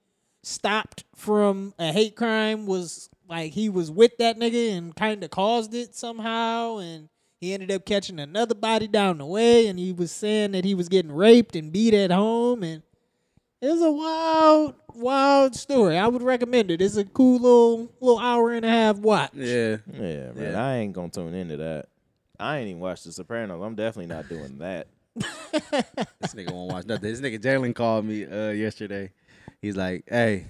stopped from a hate crime was like he was with that nigga and kind of caused it somehow, and he ended up catching another body down the way, and he was saying that he was getting raped and beat at home, and it was a wild, wild story. I would recommend it. It's a cool little little hour and a half watch.
yeah.
Yeah, man.
Yeah.
I ain't gonna tune into that. I ain't even watched The Sopranos. I'm definitely not doing that.
This nigga won't watch nothing. This nigga Jalen called me uh, yesterday. He's like, "Hey,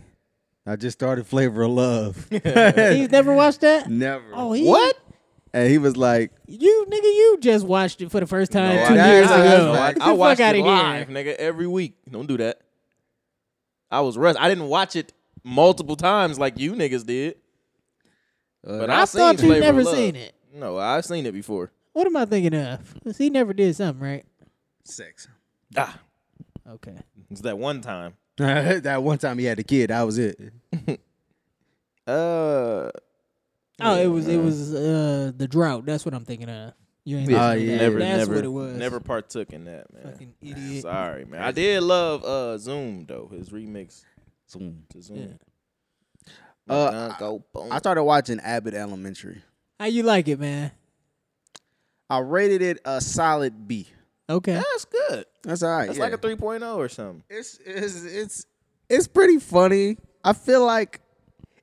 I just started Flavor of Love.
He's never watched that.
Never.
Oh, he,
What?
And he was like,
You nigga, you just watched it for the first time
I-
two
that's-
years
that's
ago.
like-
Get the
I
fuck
watched
outta
it
here.
live, nigga, every week. Don't do that. I was rushed. I didn't watch it multiple times like you niggas did.
Uh,
But
I
I've seen
thought you
Flavor of
never
Love.
seen it.
No, I've seen it before.
What am I thinking of? 'Cause he never did something, right?
"Sex."
Ah,
Okay.
it's that one time.
that one time he had a kid. That was it.
Uh,
Oh, it was it was uh the drought. That's what I'm thinking of. You ain't
Yeah.
thinking of
Oh, yeah.
that.
never,
That's
never,
what it was.
never partook in that, man.
Fucking idiot.
Sorry, man. I did love uh Zoom though. His remix to Zoom.
Uh,
go boom.
I started watching Abbott Elementary.
How you like it, man?
I rated it a solid B.
Okay.
That's good.
That's all right.
That's
yeah.
like a 3.0 or something.
it's it's it's it's pretty funny. I feel like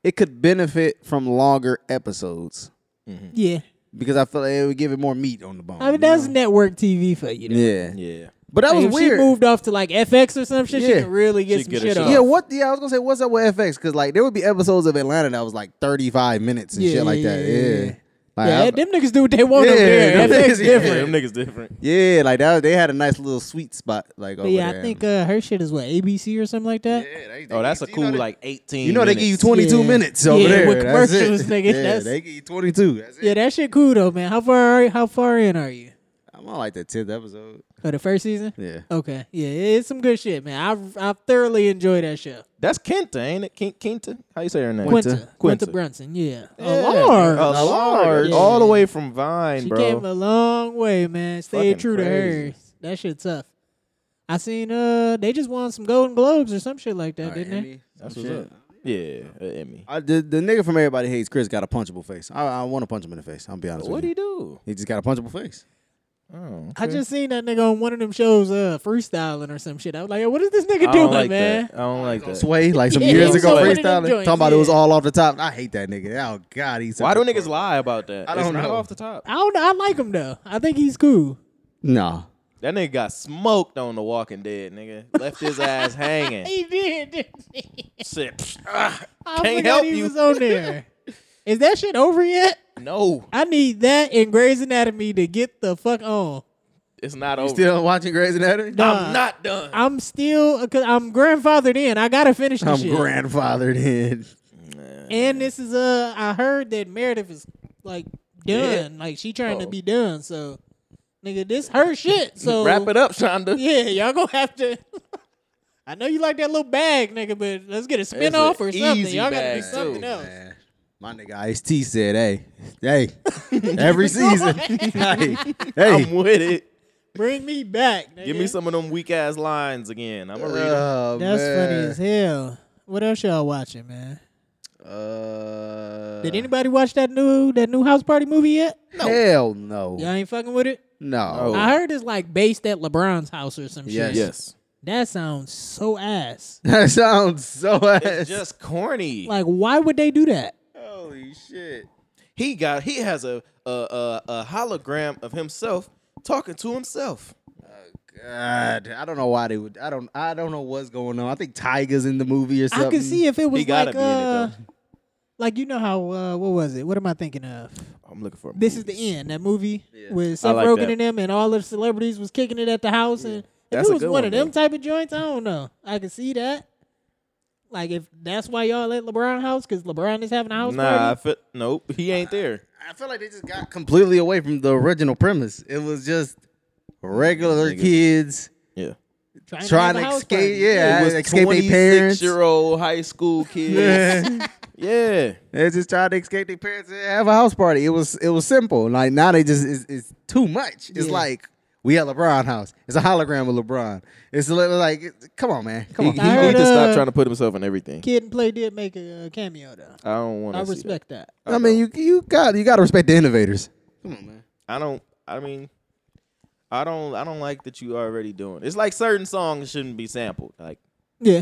it could benefit from longer episodes
Yeah.
because I feel like it would give it more meat on the bone.
I mean
you know?
that's network TV for you. Though.
yeah.
Yeah.
But that
Like,
was
if
weird.
she moved off to like FX or some shit, she
Yeah.
can really get
She
some
get her
shit
shit
off.
yeah, what? Yeah, I was gonna say, what's up with FX? Because like there would be episodes of Atlanta that was like thirty-five minutes and
Yeah,
shit like
yeah,
that.
yeah,
Yeah,
yeah.
Like,
Yeah,
I-
them niggas do what they want over
Yeah,
there.
them
FX
niggas- yeah,
different.
Yeah, them niggas different.
yeah, like that. They had a nice little sweet spot. Like over
But yeah,
there.
I think uh, her shit is what ABC or something like that.
Yeah, they- they-
Oh, that's a
you know
cool
they-
like 18.
You know they give you
minutes.
twenty two
Yeah.
minutes
Yeah,
over there
with
That's it.
commercials, nigga,
Yeah,
that's-
they give you twenty two. That's it.
Yeah, that shit cool though, man. How far are how far in are you
I'm on like the tenth episode.
for the first season?
Yeah.
Okay, yeah, it's some good shit, man. I I thoroughly enjoy that show.
That's Kenta, ain't it? Ken- Kenta? How you say her name?
Quinta, Quinta,
Quinta.
Brunson, yeah,
Yeah, Oh,
a large.
A large.
Yeah.
All the way from Vine,
she
bro.
came a long way, man. Stayed
Fucking
true to
crazy.
hers. That shit tough. I seen uh they just won some Golden Globes or some shit like that,
Uh,
didn't they?
That's what's up. Yeah, uh, Emmy.
I, the, the nigga from Everybody Hates Chris got a punchable face. I, I want to punch him in the face. I'm be honest
What
with
do
you.
you do?
He just got a punchable face.
Oh,
I just seen that nigga on one of them shows, uh, freestyling or some shit. I was like, Yo, what is this nigga
I
doing,
don't like
man?
that. I don't Uh, like that.
Sway like some
Yeah,
years
he
ago
was one of
freestyling,
them
talking
joints,
about it was
yeah.
all off the top. I hate that nigga. Oh God, he's such
Why
a
do niggas
fuck.
lie about that?
I don't
It's not
know.
off the top.
I don't. know. I like him though. I think he's cool.
Nah,
That nigga got smoked on The Walking Dead, nigga. Left his ass hanging.
He did. didn't he?
Shit.
I
Can't
forgot
help
he
you.
was on there. Is that shit over yet?
No,
I need that and Grey's Anatomy to get the fuck on.
it's not
you
over.
still watching Grey's Anatomy?
Nah.
I'm not done.
I'm still cause I'm grandfathered in. I gotta finish this
I'm
shit.
grandfathered in.
and this is uh I heard that Meredith is like done. Like she trying to
Oh.
be done, so nigga, this her shit. So
Wrap it up, Shonda.
Yeah, y'all gonna have to. I know you like that little bag, nigga, but let's get a spin off or
easy
something. Y'all gotta do
bag,
something
too,
else.
Man, my nigga Ice T said, "Hey, hey, every season, hey,
I'm
hey."
with it.
Bring me back. Nigga.
Give me some of them weak ass lines again. I'm gonna read 'em.
Oh,
That's funny
man.
as hell. What else y'all watching, man?
Uh,
Did anybody watch that new that new house party movie yet?
Hell no,
Y'all ain't fucking with it.
no.
No.
I heard it's like based at LeBron's house or some
Yes.
shit.
Oh. Yes.
That sounds so ass.
That sounds so ass.
It's just corny.
Like, why would they do that?
Holy shit.
he got he has a a, a a hologram of himself talking to himself.
God, I don't know why they would. I don't. I don't know what's going on. I think Tiger's in the movie or something.
I could see if it was
He gotta
like,
be in it,
uh,
though.
like you know how uh, what was it? What am I thinking of?
I'm looking for a
This is
movie.
the end. That movie with
I
Seth
like
Rogen
that.
and them, and all the celebrities was kicking it at the house. And if
That's
it
a
was
good
one,
one,
of them type of joints, I don't know. I could see that. Like if that's why y'all at LeBron house because LeBron is having a house
Nah, I
party.
fe- nope. He ain't there.
I feel like they just got completely away from the original premise. It was just regular
Nigga.
kids
Yeah.
have
trying
a
to
house
escape.
party.
Yeah,
It was
escape their
26
parents.
year old high school kids.
Yeah.
yeah.
they just trying to escape their parents and have a house party. It was it was simple. Like now they just it's, it's too much. It's
Yeah.
like we at LeBron house. It's a hologram of LeBron. It's a little like come on, man. Come
He,
on.
he
I heard,
need to
uh,
stop trying to put himself in everything.
Kid and Play did make a uh, cameo though.
I don't want
I
to.
respect that.
I mean, you you got you got to respect the innovators.
I don't. I mean, I don't. I don't like that you already doing. It's like certain songs shouldn't be sampled. Like
Yeah.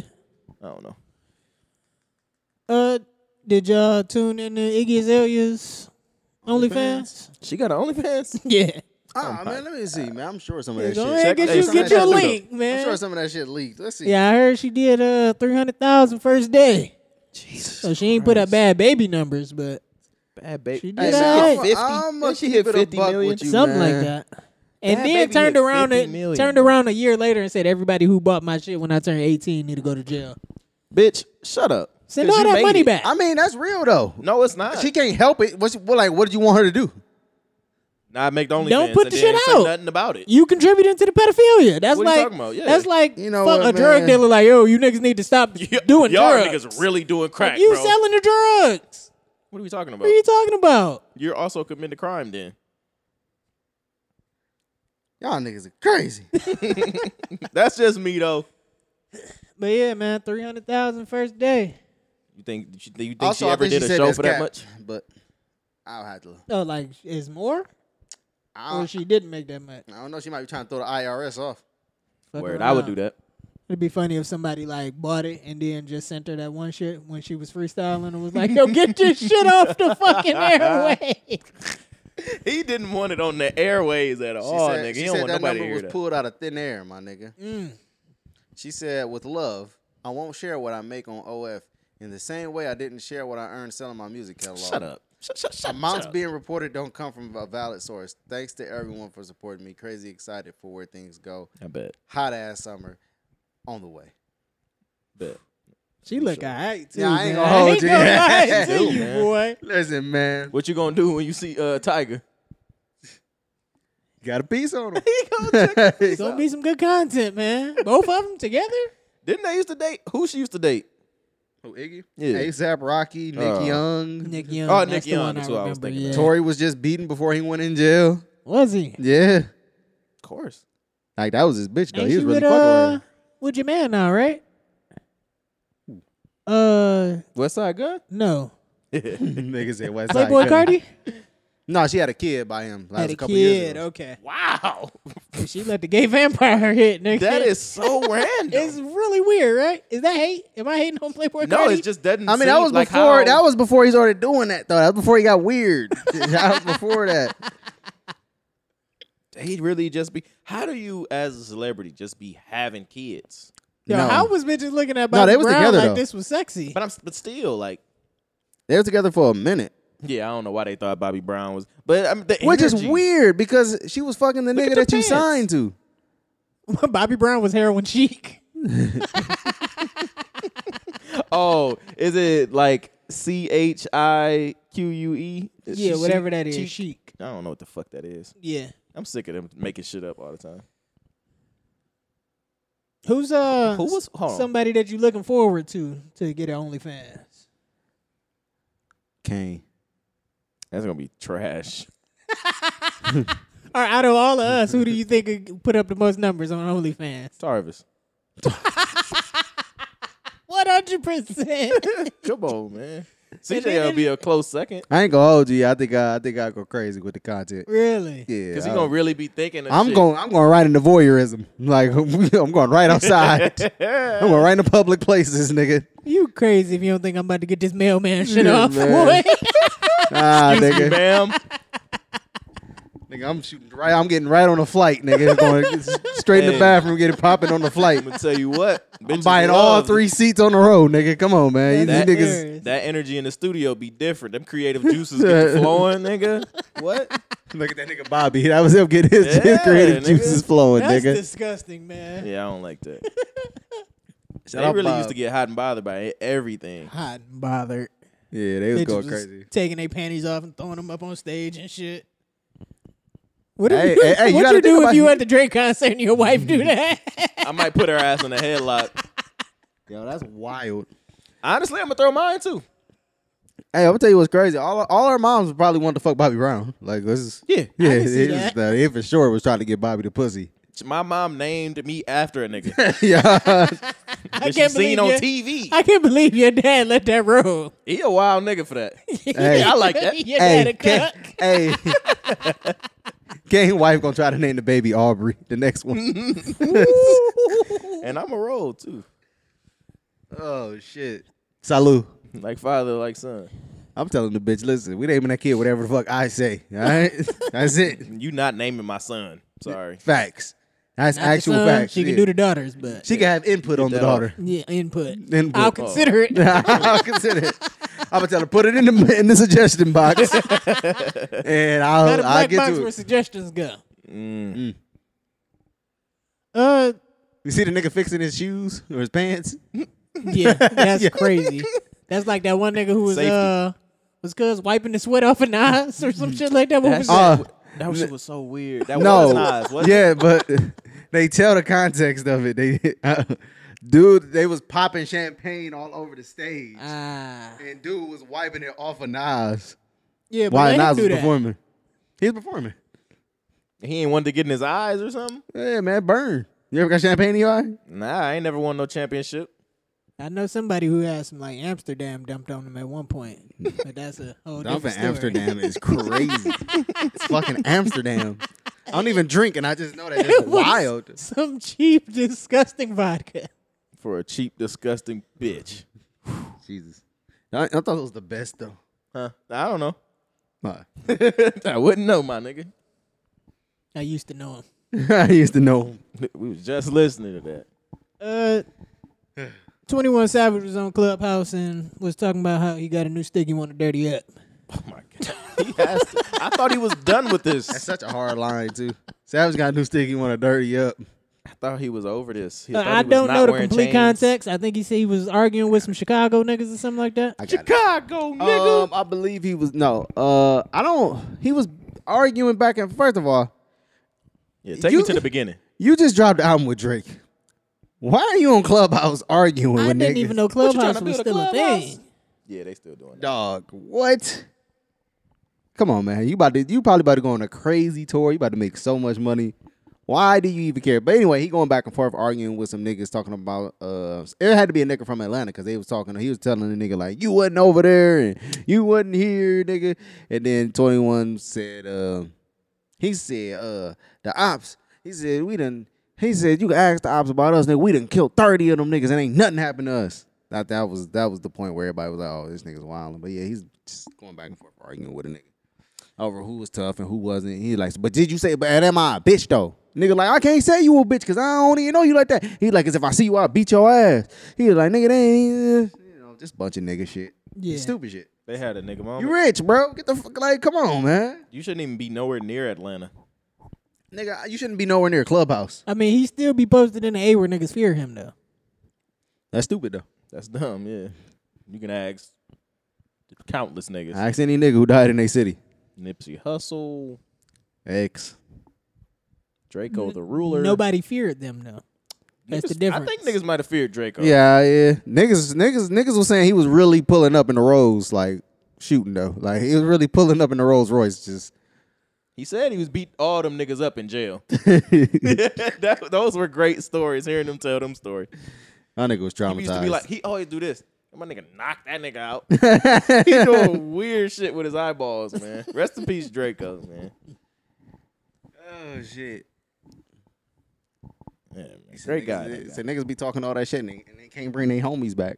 I don't know.
Uh, did y'all tune in to Iggy Azalea's OnlyFans?
She got an OnlyFans.
Yeah.
Ah man, let me see, man. I'm sure some of
Oh, Yeah,
that
go
shit.
ahead,
Check-
get
hey,
you
some of
get
that
you a
shit
link,
I'm sure
man.
some of that shit leaked. Let's see.
Yeah, I heard she did uh 300,000 first day. Jesus. So she ain't put up bad baby numbers, but
Bad baby.
She did
Hey,
all
man,
right.
50?
I'ma
Didn't she
keep
hit
it a
50
buck
million?
with you.
something
man.
like that. And
Bad
then
Baby
turned
hit
around
50
and
million.
turned around a year later and said everybody who bought my shit when I turned 18 need to go to jail.
Bitch, shut up.
Send
'Cause
all
you
that
made
money
it.
back.
I mean, that's real though.
No, it's not.
She can't help it. What's what, like? What did you want her to do?
Nah, make the OnlyFans.
Don't put
and
the
then
shit
say
out.
Nothing about it.
you contributing to the pedophilia. That's
What are
like
you talking about? Yeah.
that's like
You know
fuck
what,
a drug
man?
dealer. Like yo, you niggas need to stop doing
Y'all
drugs.
niggas really doing crack,
you
bro.
selling the drugs.
what are we talking about?
What are you talking about?
You're also committing a crime then.
Y'all niggas are crazy.
That's just me though.
But yeah, man, 300,000 first day.
You think you think, you think
also,
she
I
ever
think she
did a
said
show
that's
for that
cap,
much?
but I'll have to. look.
Oh, like is more?
Uh,
I
Or
don't,
she didn't make that much.
I don't know. She might be trying to throw the IRS off.
Fuck
Word,
around.
I would do that.
It'd be funny if somebody like bought it and then just sent her that one shit when she was freestyling and was like, "Yo, get your shit off the fucking airway."
He didn't want it on the airways at
She
all,
said,
Oh, nigga.
she
He don't
said
want
that
nobody to
number
hear
was
that.
pulled out of thin air, my nigga. She said, "With love, I won't share what I make on OF in the same way I didn't share what I earned selling my music catalog."
Shut up. Shut, shut, shut,
Amounts
shut up.
being reported don't come from a valid source. Thanks to everyone for supporting me. Crazy excited for where things go.
I bet.
Hot ass summer on the way.
Bet.
she look alright too.
Yeah, I ain't
man.
gonna hold you.
I ain't gonna lie to
Dude,
you,
man.
boy.
Listen, man,
What you gonna do when you see uh Tiger?
you got a piece on him.
It's gonna be some good content, man. Both of them together.
Didn't they used to date? Who she used to date?
Who, Iggy?
Yeah.
ASAP Rocky, Nick
Uh,
Young.
Nick Young.
Oh,
that's
Nick
the
Young,
one
that's
I
who I
remember.
was thinking
yeah.
of.
Tory was just beaten before he went in jail.
was he?
Yeah.
Of course.
Like that was his bitch though.
Ain't
he was
she
really
with,
fucking
uh,
with her.
with your man now, right?
Hmm.
Uh,
West Side Gun?
no.
uh,
Niggas said West Side
Playboy
Gun.
Cardi?
No, she had a kid by him. Like, it was
Had
a
a
couple years
kid.
ago.
Okay.
Wow.
She let the gay vampire hit, nigga.
That is so random.
It's really weird, right? Is that hate? Am I hating on Playboy
no,
Cardi?
it just doesn't
I mean, that
seem
was
like
before.
how-
That was before he started doing that though. That was before he got weird. that was before that.
he really just be how do you as a celebrity just be having kids
Yo,
no.
how was bitches looking at
No,
Bobby
they was
Brown
together,
like
though.
this was sexy?
but i'm but still like
They were together for a minute,
yeah i don't know why they thought bobby brown was but i mean the
which is
energy-
weird because she was fucking the
at
nigga
the
that you
pants.
signed to.
Bobby Brown was heroin chic.
oh is it like c-h-i-q-u-e
Yeah, whatever that is.
Cheek?
Chic.
i don't know what the fuck that is
Yeah.
I'm sick of them making shit up all the time.
Who's uh
Who was- hold on.
somebody that you looking forward to to get an OnlyFans?
Kane.
That's gonna be trash.
Or out of all of us, who do you think could put up the most numbers on OnlyFans?
Tarvis.
One hundred percent.
Come on, man. CJ will be a close second.
I ain't gonna hold you. I think I, I think I go crazy with the content.
Really?
Yeah,
Because
I-
he's gonna really be thinking of
I'm
shit.
going. I'm going right into voyeurism. Like I'm going right outside. I'm going right into public places, nigga.
You crazy if you don't think I'm about to get this mailman shit
Yeah,
off,
man.
boy.
Ah,
Excuse me,
nigga.
ma'am.
nigga. I'm shooting right. I'm getting right on the flight, nigga. Going s- straight in the
Hey.
bathroom, getting popping on the flight.
I'm gonna tell you what.
I'm
bitches
buying all
love
three seats on the road, nigga. Come on, man. You, you
That,
niggas.
is-
that energy in the studio be different. Them creative juices get to flowing, nigga. What?
Look at that nigga Bobby. That was him getting his, his
Yeah,
creative
nigga.
juices flowing,
That's
nigga.
disgusting, man.
Yeah, I don't like that.
Shout
they
out
really
Bob.
used to get hot and bothered by everything.
Hot and bothered.
Yeah, they was
Bitches
going
was
crazy.
Taking their panties off and throwing them up on stage and shit. What do
Hey,
you,
hey, hey, you
what
gotta
you
think
do if
about
you
it.
at the Drake concert and your wife do that?
I might put her ass in a headlock.
Yo, that's wild.
Honestly, I'm gonna throw mine too.
Hey, I'm gonna tell you what's crazy. All all our moms probably wanted to fuck Bobby Brown. Like this is
Yeah.
yeah.
can see
It,
that.
was- uh, it for sure was trying to get Bobby the pussy.
My mom named me after a nigga.
yeah,
I
That she seen on
your-
TV.
I can't believe your dad let that roll.
He a wild nigga for that.
Hey.
I like that.
your dad
hey,
a
Kane,
cuck.
hey. Kane wife gonna try to name the baby Aubrey. The next one.
And I'm a roll too.
oh shit. Salud.
Like father, like son.
I'm telling the bitch, listen, we naming that kid whatever the fuck I say. All right, that's it.
You not naming my son. Sorry.
Facts. That's
Not the
actual
son,
facts.
She
yeah.
can do the daughters, but
She can have input on the
that off.
daughter.
yeah, input.
Input. Oh.
I'll consider it.
I'll consider it. I'm gonna tell her put it in the in the suggestion box, and
Got a
I'll I'll
black
Oh, get
box
to
where
it. Mm.
suggestions go.
Mm.
Uh,
You see the nigga fixing his shoes or his pants?
yeah, that's crazy. That's like that one nigga who was
Safety.
uh was cuz wiping the sweat off an eyes or some shit like that. What was that?
Uh,
Mm. That shit was so weird. That
no,
was nice. What?
yeah, but they tell the context of it. They, dude, they was popping champagne all over the stage,
Ah,
and dude was wiping it off of Nas
yeah, but
while
let him
Nas
do
was
that.
performing. He was performing.
He ain't wanted to get in his eyes or something.
Yeah, man, burn. You ever got champagne in your eye?
Nah, I ain't never won no championship.
I know somebody who had some like Amsterdam dumped on him at one point, but that's a whole
Dump in
different story.
Amsterdam is crazy. it's fucking Amsterdam. I don't even drink, and I just know that it's
It was
wild.
Some cheap, disgusting vodka.
for a cheap, disgusting bitch.
Jesus, I, I thought it was the best though.
Huh? I don't know.
Nah.
I wouldn't know, my nigga.
I used to know him.
I used to know. him.
We was just listening to that.
Uh, 21 Savage was on Clubhouse and was talking about how he got a new stick he want to dirty up.
Oh my god. He has to. I thought he was done with
That's
this.
such a hard line too. Savage got a new stick. He want to dirty up.
I thought he was over this. He
Uh,
thought he
I
was
don't
not
know the
wearing
complete
chains.
context. I think he said he was arguing with some Chicago niggas or something like that.
I got it.
Chicago, Oh, nigga.
Um, I believe he was no. Uh, I don't. He was arguing back and first of all,
yeah, take
you-
me to the beginning.
you just dropped the album with Drake. Why are you on Clubhouse arguing
I
with
didn't
niggas?
even know
you tryna
Clubhouse was
build a
still a
Clubhouse?
thing.
Yeah, they still doing that.
Dog, what? Come on, man. You about to you probably about to go on a crazy tour. You about to make so much money. Why do you even care? But anyway, he going back and forth arguing with some niggas talking about uh it had to be a nigga from Atlanta because they was talking he was telling the nigga like you wasn't over there and you wasn't here, nigga. And then 21 said uh he said uh the ops, he said we done he said you can ask the ops about us, nigga. We done killed 30 of them niggas and ain't nothing happened to us. That that was that was the point where everybody was like, Oh, this nigga's wilding. But yeah, he's just going back and forth arguing with a nigga over who was tough and who wasn't. He like, but did you say, but am I a bitch though? Nigga, like, I can't say you a bitch because I don't even know you like that. He like, cause if I see you, I'll beat your ass. He was like, nigga, they ain't, you know, just bunch of nigga shit.
Yeah.
Stupid shit.
They had a nigga moment.
You rich, bro. Get the fuck, like, come on, man.
you shouldn't even be nowhere near Atlanta.
Nigga, you shouldn't be nowhere near a clubhouse.
I mean, he still be posted in the A where niggas fear him though.
That's stupid though.
That's dumb, yeah. You can ask countless niggas.
I asked any nigga who died in a city.
Nipsey Hussle,
X.
Draco the ruler.
Nobody feared them though. That's the
Niggas-
difference.
I think niggas might have feared Draco.
Yeah, yeah. Niggas, niggas, niggas was saying he was really pulling up in the Rolls, like shooting though. Like he was really pulling up in the Rolls Royce. Just
He said he was beat all them niggas up in jail. That- those were great stories. Hearing them tell them stories.
my nigga was traumatized.
He used to be like, he always do this. My nigga knocked that nigga out. he doing weird shit with his eyeballs, man. Rest in peace, Draco, man.
oh shit.
Yeah, man. Great guy. that guy.
Said niggas be talking all that shit and they, and they can't bring their homies back.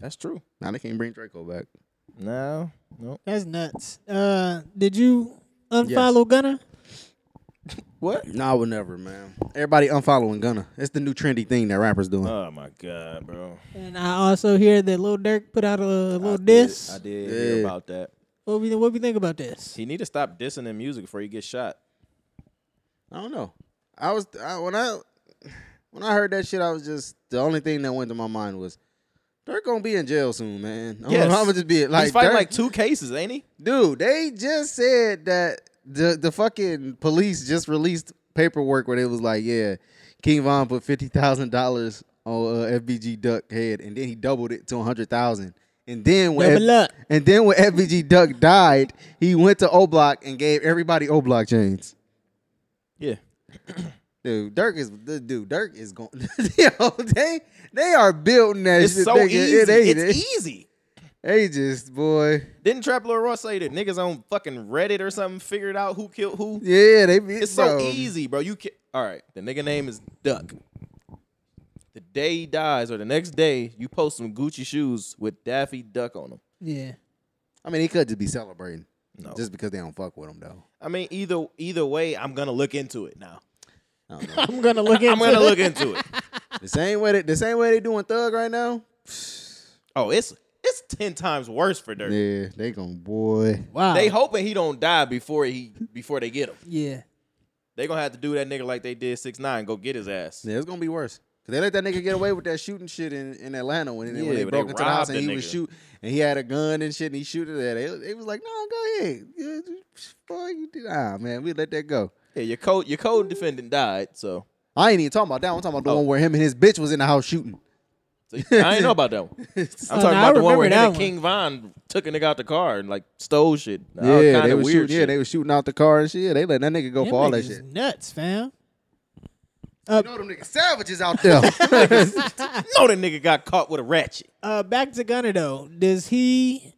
That's true.
Now they can't bring Draco back.
No, no.
That's nuts. Uh, did you unfollow Gunner?
What?
No, I would never, man. Everybody unfollowing Gunna. It's the new trendy thing that rappers doing.
Oh my god, bro.
And I also hear that Lil Durk put out a little diss.
I did hear
Yeah.
about that.
What we what we think about this?
He need to stop dissing in music before he gets shot.
I don't know. I was I, when I when I heard that shit, I was just the only thing that went to my mind was Dirk gonna be in jail soon, man. I'm,
Yes.
gonna Oh, just be like,
He's fighting
Dirk-
like two cases, ain't he?
dude. They just said that the the fucking police just released paperwork where they was like, yeah, King Von put fifty thousand dollars on uh, FBG Duck head, and then he doubled it to a hundred thousand. And then when
Double up.
and then when FBG Duck died, he went to O Block and gave everybody O Block chains.
Yeah.
Dude, Dirk is the dude. Dirk is going. yo, they they are building that
It's
shit.
so
nigga.
easy.
It ain't
it's
it.
easy.
They just boy.
Didn't Trap Lord Ross say that niggas on fucking Reddit or something figured out who killed who?
Yeah, they. be-
It's so
bro.
easy, bro. You can all right. The nigga name is Duck. The day he dies or the next day, you post some Gucci shoes with Daffy Duck on them.
Yeah.
I mean, he could just be celebrating.
No.
Just because they don't fuck with him though.
I mean, either either way, I'm gonna look into it now.
I don't know.
I'm gonna look into
I'm gonna look into it.
the same way that the same way they doing Thug right now.
Oh, it's it's ten times worse for Dirk.
Yeah, they gon' boy.
Wow.
They hoping he don't die before he before they get him.
yeah.
They gonna have to do that nigga like they did six nine. Go get his ass.
Yeah, it's gonna be worse. Cause they let that nigga get away with that shooting shit in, in Atlanta when, they when they
Yeah, but they
broke into the house
robbed
and he
the
was
nigga.
shoot and he had a gun and shit and he shooted at it. They was like, no, go ahead. Yeah, just- Boy, you did. Ah, man, we let that go.
Yeah, your co your co defendant died, so,
I ain't even talking about that. one. I'm talking about the
Oh.
one where him and his bitch was in the house shooting.
so I ain't know about that one. I'm talking
now I
about the one where
remember that
him and
one.
King Von took a nigga out the car and like stole shit.
Yeah,
All kind
they
of
was
weird.
shooting. Yeah,
shit.
they was shooting out the car and shit. Yeah, They let that nigga go
Them
for all that
niggas
shit.
Nuts, fam.
You know them niggas savages out there.
No, that nigga got caught with a ratchet.
Uh, back to Gunner though. Does he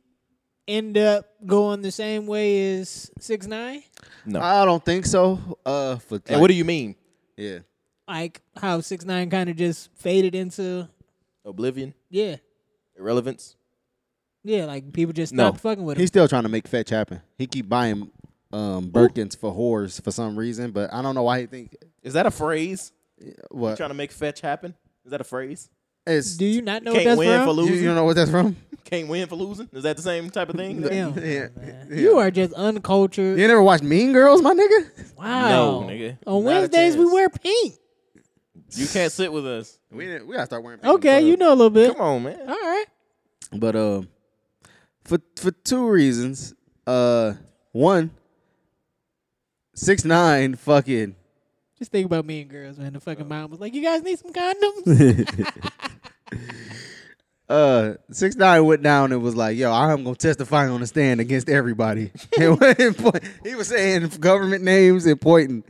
end up going the same way as Six Nine?
I don't think so. Uh, for
And what do you mean?
yeah.
Like how Six Nine kind of just faded into
Oblivion?
yeah,
Irrelevance?
yeah. Like people just
No.
stopped fucking with him.
He's still trying to make fetch happen. He keep buying um Birkins for whores for some reason, but I don't know why he think
Is that a phrase?
what
Trying to make fetch happen? Is that a phrase?
it's
Do you not know what
Can't
that's
win for
from?
you,
losing.
you don't know what that's from?
Can't win for losing. Is that the same type of thing?
Damn,
Yeah.
man. You are just uncultured.
You never watched Mean Girls, my nigga?
Wow.
No, nigga. Not a
On Wednesdays we
chance.
wear pink.
You can't sit with us.
We didn't, we gotta start wearing.
Okay, you know a little bit.
Come on, man.
All right.
But um, for for two reasons. Uh, one, six nine, fucking.
Just think about me and girls, man. The fucking mom was like, "You guys need some condoms."
Uh, six nine went down and was like, "Yo, I'm gonna testify on the stand against everybody." And point- he was saying government names and pointing.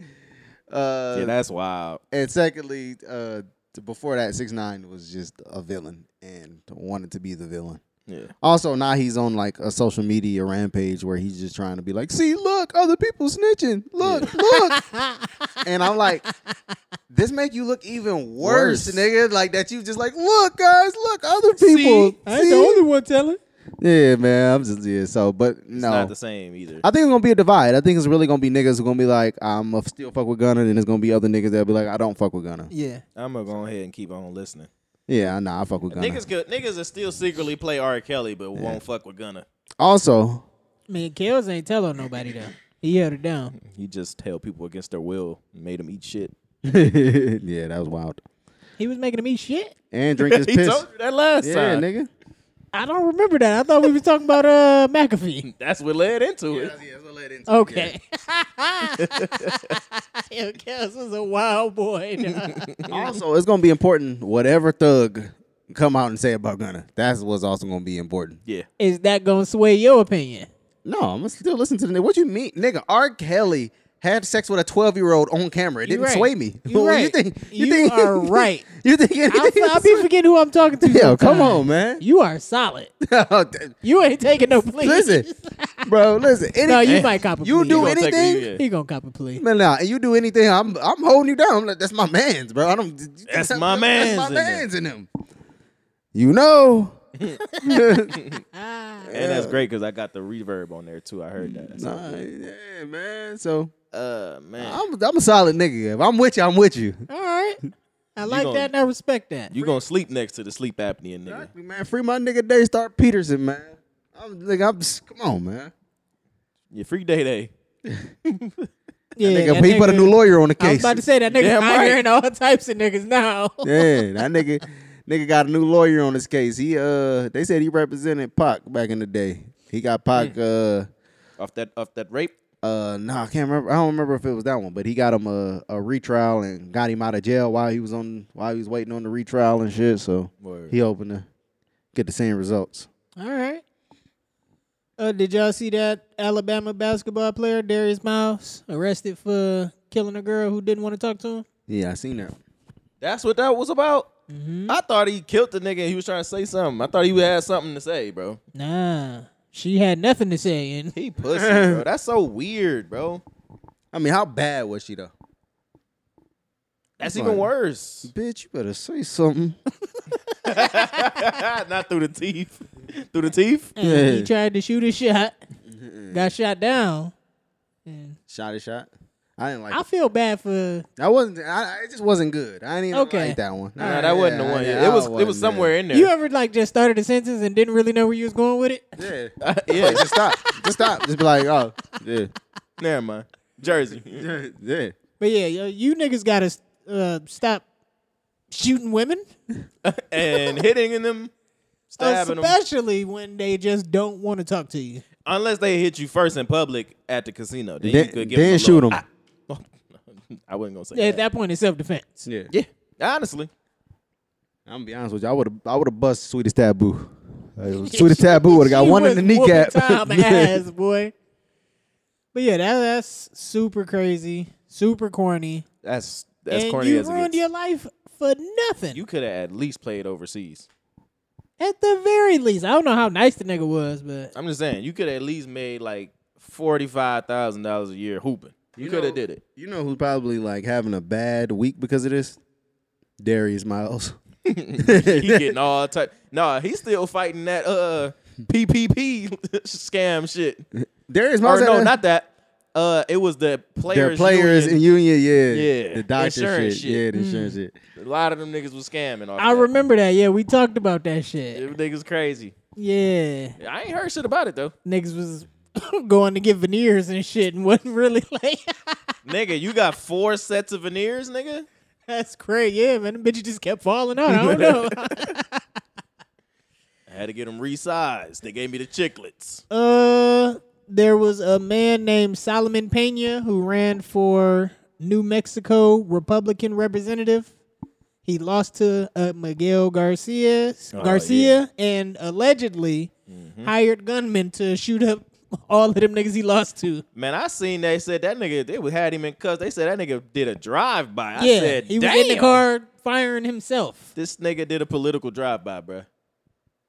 Uh,
Yeah, that's wild.
and secondly, uh, t- before that, six nine was just a villain and wanted to be the villain.
Yeah.
Also, now he's on like a social media rampage where he's just trying to be like, "See, look, other people snitching. Look, look." and I'm like, "This make you look even worse,
Worse.
nigga. Like that you just like, look, guys, look, other people. See,
I ain't the only one telling.
Yeah, man. I'm just yeah. So, but
It's
no,
not the same either.
I think it's gonna be a divide. I think it's really gonna be niggas who gonna be like, "I'm a still fuck with Gunna," and it's gonna be other niggas that'll be like, "I don't fuck with Gunna."
Yeah.
I'm gonna go ahead and keep on listening.
Yeah, nah, I fuck with Gunna.
Niggas could, niggas are still secretly play R. Kelly, but won't fuck with Gunna.
Also,
Man, Kels ain't tell on nobody though. He held it down.
He just tell people against their will, made them eat shit.
yeah, that was wild.
He was making him eat shit.
And drink his
He
piss.
told you that last
Yeah,
time.
nigga.
I don't remember that. I thought we were talking about uh McAfee.
That's what led into it.
Okay. Yo, Kels is a wild boy. dog.
Also, it's gonna be important. Whatever thug come out and say about Gunna, that's what's also gonna be important.
Yeah.
is that gonna sway your opinion?
No, I'm gonna still listen to the nigga. What you mean, nigga? R. Kelly had sex with a 12 year old on camera. It
You
didn't
right.
sway me.
You
What
right. You are right.
You think?
I'll, I'll be forgetting who I'm talking to.
Yo, come
sometimes.
on, man.
You are solid. You ain't taking no plea.
listen, bro. Listen. Any,
No, you might cop a
You
plea.
do
He gonna take
anything,
you, yeah.
He gonna cop a plea.
man. Nah, and you do anything, I'm I'm holding you down. I'm like, that's my man's, bro. I don't.
That's my man's
That's
in
my
there.
man's in him. You know.
And that's great because I got the reverb on there too. I heard that. That's
Nah, yeah, man. So
Uh man.
I'm I'm a solid nigga. If I'm with you, I'm with you.
All right. I like
gonna-
that and I respect that.
you gonna sleep next to the sleep apnea nigga.
Exactly, man. Free my nigga Daystar Peterson, man. I'm nigga, I'm just, come on, man.
Your free day day.
yeah,
Nigga,
that
he put a
nigga-
new lawyer on the
I was
case.
about to say that nigga
Damn right.
hiring all types of niggas now.
yeah, that nigga nigga got a new lawyer on his case. He uh they said he represented Pac back in the day. He got Pac uh
Off that off that rape.
uh no, I can't remember. I don't remember if it was that one, but he got him a, a retrial and got him out of jail while he was on while he was waiting on the retrial and shit. So
Word.
he hoping to get the same results.
All right. Uh, did y'all see that Alabama basketball player Darius Miles arrested for killing a girl who didn't want to talk to him?
Yeah, I seen that.
That's what that was about. I thought he killed the nigga and he was trying to say something. I thought he had something to say, bro.
Nah, she had nothing to say, and
He pussy, bro. That's so weird, bro.
I mean, how bad was she though?
That's
Right.
even worse.
Bitch, you better say something.
Not through the teeth. through the teeth?
and he
Yeah.
tried to shoot a shot, got shot down. And
Shot a shot. I didn't like
I feel bad for
That wasn't. I, I- it just wasn't good. I didn't even
Okay.
like that one.
Nah, that wasn't the one. Yeah, it was it was somewhere in there.
you. Ever like just started a sentence and didn't really know where you was going with it?
Yeah,
yeah,
just stop. Just stop. Just be like, oh, yeah,
never mind. Jersey.
yeah, yeah.
But yeah, yo, you niggas gotta uh, stop shooting women,
and hitting them, stabbing them.
especially when they just don't want to talk to you.
Unless they hit you first in public at the casino. Then, you
Then,
could give them a
then shoot
little- ah.
him.
I wasn't gonna say that.
At that point, it's self defense.
yeah.
Yeah. Honestly.
I'm gonna be honest with you. I would have. I would have bust sweetest taboo. Like, sweetest taboo would have got
She
one in the
was whooping
kneecap.
Time
Yeah.
ass, boy. But yeah, that, that's super crazy, super corny,
That's that's
and
corny
you
as it
ruined
gets.
your life for nothing.
You could have at least played overseas.
At the very least, I don't know how nice the nigga was, but
I'm just saying, you could at least made like forty five thousand dollars a year hooping. You, could have
know-
did it.
You know who's probably like having a bad week because of this? Darius Miles.
He getting all type. Nah, he's still fighting that uh PPP scam shit.
Darius
Or
Miles. had
no,
a-
not that. Uh, it was the players.
their players
union.
in union. Yeah,
Yeah.
The doctor
Insurance
shit.
shit. Hmm.
Yeah, the insurance shit.
A lot of them niggas was scamming. Off
I
that.
remember that. Yeah, we talked about that shit.
Them niggas crazy.
Yeah.
I ain't heard shit about it though.
niggas was going to get veneers and shit and wasn't really like
nigga, you got four sets of veneers, nigga.
that's crazy. Yeah, man, the bitch just kept falling out. I don't know.
I had to get them resized. They gave me the chiclets.
uh, there was a man named Solomon Pena who ran for New Mexico Republican representative. He lost to uh, Miguel Garcia,
Oh,
Garcia, and allegedly
Mm-hmm.
hired gunmen to shoot up all of them niggas he lost to.
Man, I seen they said that nigga they was had him in cuss. They said that nigga did a drive by. I
yeah,
said,
he was
Damn,
in the car firing himself.
This nigga did a political drive by, bruh.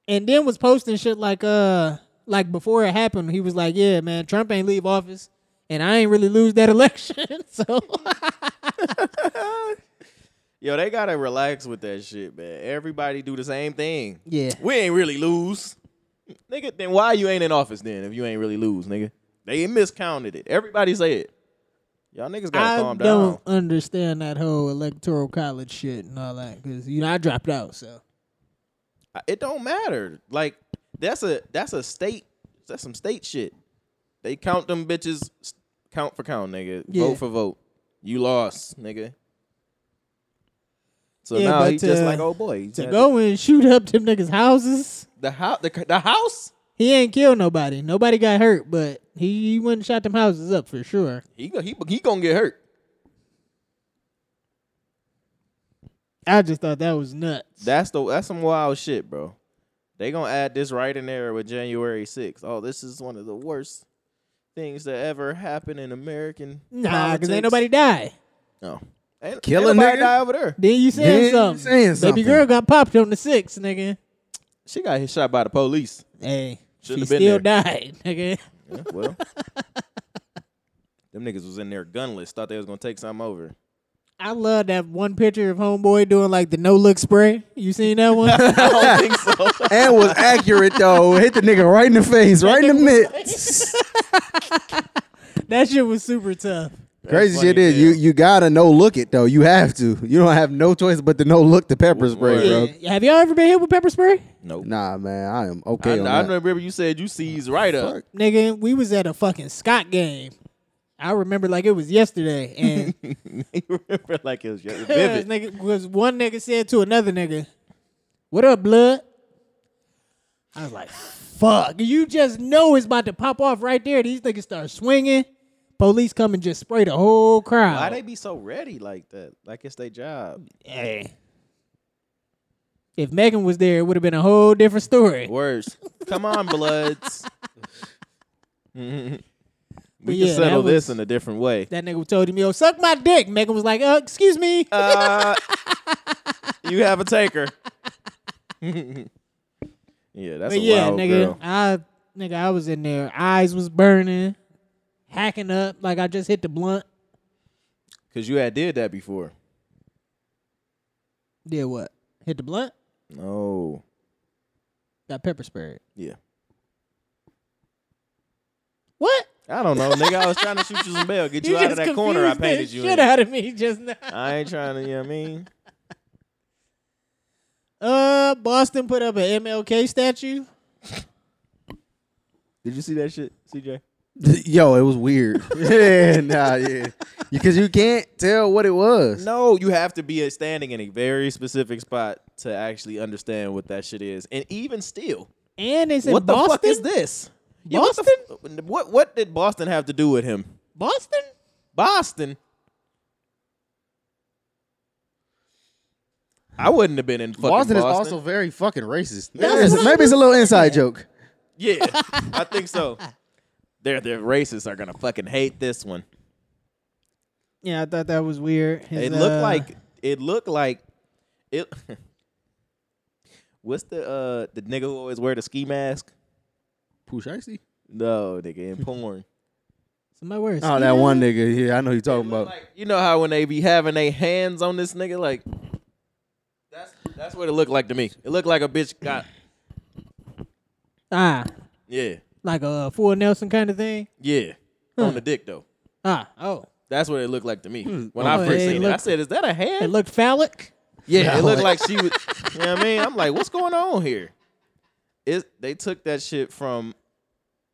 and then was posting shit like uh like before it happened he was like yeah man trump ain't leave office and i ain't really lose that election so
Yo, they gotta relax with that shit, man. Everybody do the same thing.
Yeah.
we ain't really lose, nigga. Then why you ain't in office then if you ain't really lose, nigga? They miscounted it. Everybody say it. Y'all niggas gotta
i
calm
don't
down.
understand that whole electoral college shit and all that because you know i dropped out so
I- It don't matter. Like that's a that's a state that's some state shit. They count them bitches s- count for count, nigga.
Yeah.
Vote for vote. You lost, nigga. So
Yeah,
now
but
he's just
to-
like, oh boy, he's
To
had
go and shoot up them niggas' houses.
the house, the, the house.
He ain't killed nobody. Nobody got hurt, but he, he went and shot them houses up for sure.
He go- he he gonna get hurt.
I just thought that was nuts.
That's the that's some wild shit, bro. They gonna add this right in there with January 6th. Oh, this is one of the worst things that ever happened in American.
nah, because ain't
politics.
nobody die.
No. Ain't,
Kill
ain't
a
nobody
nigga?
die over there.
Then you
Then
saying
you
something.
saying something.
Baby girl got popped on the six, nigga.
She got hit shot by the police.
Hey,
Shouldn't have
she
been
still
there.
died, nigga.
Yeah, well, them niggas was in there gunless. Thought they was gonna take something over.
I love that one picture of homeboy doing like the no look spray. You seen that one?
I don't think so.
and was accurate though. Hit the nigga right in the face, right in the mid.
that shit was super tough.
Crazy
funny
shit is
as
you
hell.
you gotta no look it though. You have to. You don't have no choice but to no look the pepper spray,
Word.
bro.
Yeah. Have y'all ever been hit with pepper spray?
Nope.
Nah, man, I am
I,
okay on
I
that.
remember you said you seized right up.
Fuck.
Nigga, we was at a fucking Scott game. I remember like it was yesterday, and
you remember like it was yeah,
Cuz,
vivid.
nigga, was one nigga said to another nigga, "What up, blood?" I was like, "Fuck!" You just know it's about to pop off right there. These niggas start swinging. Police come and just spray the whole crowd.
Why they be so ready like that? Like it's their job.
hey. If Megan was there, it would have been a whole different story.
Words. Come on, bloods.
But
We can
yeah, that
settle this
was-
in a different way.
That nigga told him, "Yo, suck my dick." Megan was like, "Uh, excuse me."
Uh, you have a taker. yeah, that's a
but yeah,
wild
nigga,
girl.
I nigga, I was in there. Eyes was burning, hacking up like I just hit the blunt.
Cause you had did that before.
Did what? Hit the blunt.
No.
Got pepper sprayed.
Yeah.
What?
I don't know, nigga. I was trying to shoot you some bail, get you, out of that corner I painted you in.
shit out of me just now.
I ain't trying to. You know what I mean?
Uh, Boston put up an MLK statue.
Did you see that shit, CJ?
Yo, it was weird. yeah, nah, yeah, because you can't tell what it was.
No, you have to be a- standing in a very specific spot to actually understand what that shit is, and even still,
And it's in
what the
Boston.
fuck is this? Yeah, what the f- what what did Boston have to do with him?
Boston?
Boston. I wouldn't have been in fucking
Boston,
Boston.
is also very fucking racist.
That's
Yes, maybe it's a little inside joke.
yeah, I think so. Their their racists are gonna fucking hate this one.
Yeah, I thought that was weird. His,
It looked
uh,
like it looked like it. What's the uh the nigga who always wear the ski mask?
Pooh Shiesty?
No, nigga in porn.
somebody wear a
Oh,
ski
that
mask?
one nigga. Yeah, I know who you talking about.
Like, you know how when they be having their hands on this nigga, like that's that's what it looked like to me. It looked like a bitch got
Ah,
yeah
like a full Nelson kind of thing.
yeah on the dick though.
Ah, oh,
That's what it looked like to me when
Oh,
I first
it
seen it. I
looked-
said, "Is that a hand?"
it looked phallic.
yeah, it looked like she was. you know what I mean? I'm like, "What's going on here?" It they took that shit from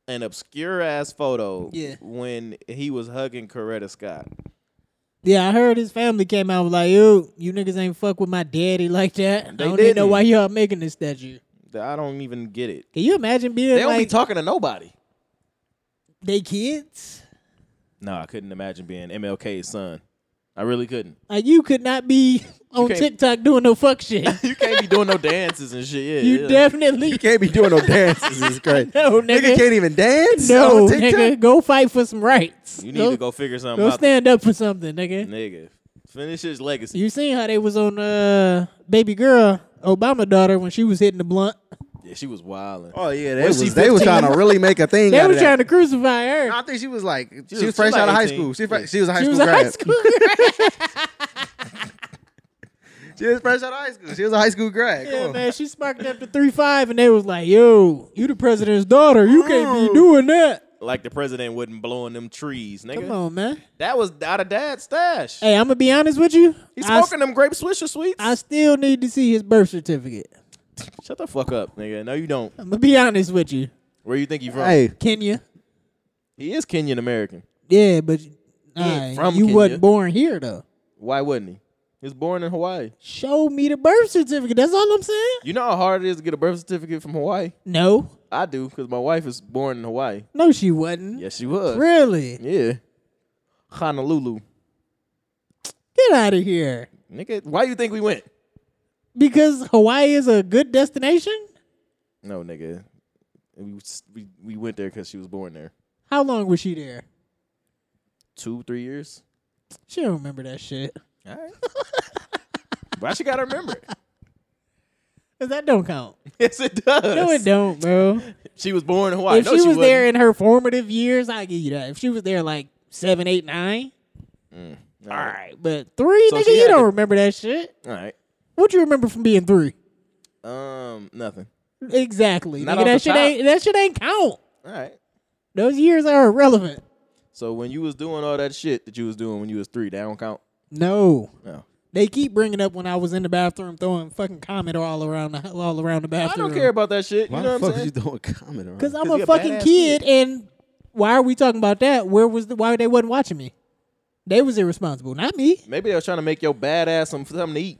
an obscure ass photo.
Yeah.
when he was hugging Coretta Scott.
Yeah, I heard his family came out was like, "Yo, you niggas ain't fuck with my daddy like that."
They
I don't even know
didn't.
why y'all making this statue.
I don't even get it.
Can you imagine being
They don't be
like
talking to nobody.
they kids?
No, I couldn't imagine being MLK's son. I really couldn't.
Like you could not be on
can't-
TikTok doing no fuck shit.
You can't be doing no dances and shit. Yeah,
you
yeah.
definitely
Can't be doing no dances. It's crazy.
no
Nigga
nigga.
can't even dance.
No
on TikTok?
nigga, go fight for some rights.
You need
go,
to go figure something
Go
out.
stand up for something, nigga.
Nigga, finish his legacy.
You seen how they was on uh baby girl Obama daughter when she was hitting the blunt.
Yeah, she was wilding.
Oh yeah, they
Was
was,
she
they was
15?
trying to really make a thing.
They
out
were
of that.
trying to crucify her.
I think she was like she,
was-
was fresh
she was
out of high
18.
school. She, fre- she was a high
She
school
was a high
grad.
school.
She was fresh out of high school. She was a high school grad. Come
Yeah,
on.
man, she sparked up to three five, and they was like, "Yo, you the president's daughter. You can't be doing that."
Like the president wasn't blowing them trees, nigga.
Come on, man.
That was out of dad's stash.
Hey, I'm gonna be honest with you.
He's
I,
smoking them grape Swisher sweets.
I still need to see his birth certificate.
Shut the fuck up, nigga. No, you don't.
I'm gonna be honest with you,
Where you think you from?
Hey,
Kenya.
He is Kenyan American.
Yeah, but
ain't
uh,
from
you
Kenya.
wasn't born here though.
Why wouldn't he? It's born in Hawaii.
Show me the birth certificate. That's all I'm saying.
You know how hard it is to get a birth certificate from Hawaii?
No,
I do, because my wife is born in Hawaii.
no, she wasn't.
Yes, she was.
Really?
Yeah. Honolulu.
Get out of here.
Nigga, why you think we went?
Because Hawaii is a good destination.
No, nigga. We s- we, we went there because she was born there.
How long was she there?
Two, three years?
She don't remember that shit.
All right. why she got to remember it?
Cause that don't count.
Yes, it does.
No, it don't, bro.
She was born in Hawaii.
if
no,
she was
wasn't.
there in her formative years, I give you that. If she was there like seven, eight, nine, all right. But three,
So
nigga,
she
you
had
don't
to-
remember that shit.
All right.
What you remember from being three?
Um, nothing.
Exactly.
Not
nigga,
off
that
the
shit
top.
ain't that shit ain't count.
All right.
Those years are irrelevant.
So when you was doing all that shit that you was doing when you was three, that don't count.
No.
No.
They keep bringing up when I was in the bathroom throwing fucking comment all around the all around the
I
bathroom.
don't care about that shit.
Why
you know
the
what I'm
fuck is
saying?
you doing comment around?
because I'm
'Cause
a
you a
fucking
badass
kid,
kid.
and why are we talking about that? Where was the, why they wasn't watching me? They was irresponsible, not me.
Maybe they was trying to make your badass some something to eat,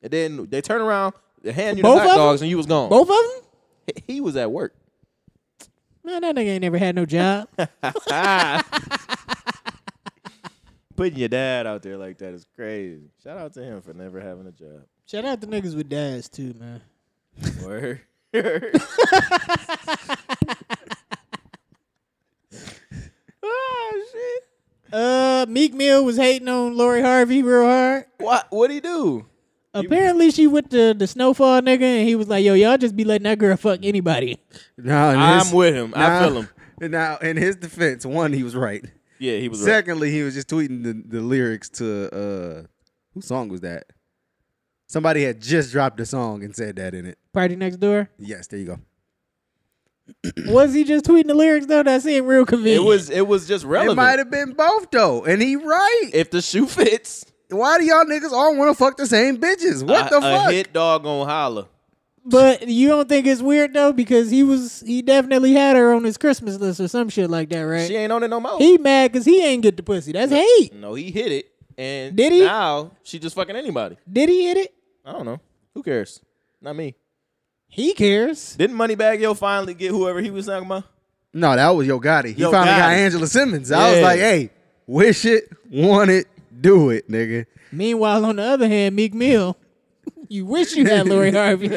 and then they turn around, they hand you
Both
the
of
hot
'em?
dogs, and you was gone.
Both of them.
He was at work.
Man, that nigga ain't never had no job.
Putting your dad out there like that is crazy. Shout out to him for never having a job.
Shout out to niggas with dads too, man.
Word.
Oh shit. Uh, Meek Mill was hating on Lori Harvey real hard.
what? What he do?
Apparently, she with the the snowfall nigga, and he was like, "Yo, y'all just be letting that girl fuck anybody."
Now, in
I'm
his-
with him. I
now-
feel him.
Now, in his defense, one, he was right.
Yeah, he was. right.
Secondly, he was just tweeting the, the lyrics to uh whose song was that? Somebody had just dropped a song and said that in it.
Party next door.
Yes, there you go.
was he just tweeting the lyrics though? That seemed real
It
convenient.
was. It was just
It might
relevant.
have been both though, and he right.
If the shoe fits,
Why do y'all niggas all want to fuck the same bitches? What
a,
the
a
fuck?
hit dog on holler.
But you don't think it's weird though, because he was he definitely had her on his Christmas list or some shit like that, right?
She ain't on it no more.
He mad because he ain't get the pussy. That's hate.
no, he hit it, and
Did he?
Now she just fucking anybody.
Did he hit it?
I don't know. Who cares? Not me.
He cares.
Didn't Moneybag Yo finally get whoever he was talking about?
No, that was Yo Gotti. He
Yo
finally got
Gotti.
Angela Simmons. I was
Yeah.
like, hey, wish it, want it, do it, nigga.
Meanwhile, on the other hand, Meek Mill, you wish you had Lori Harvey.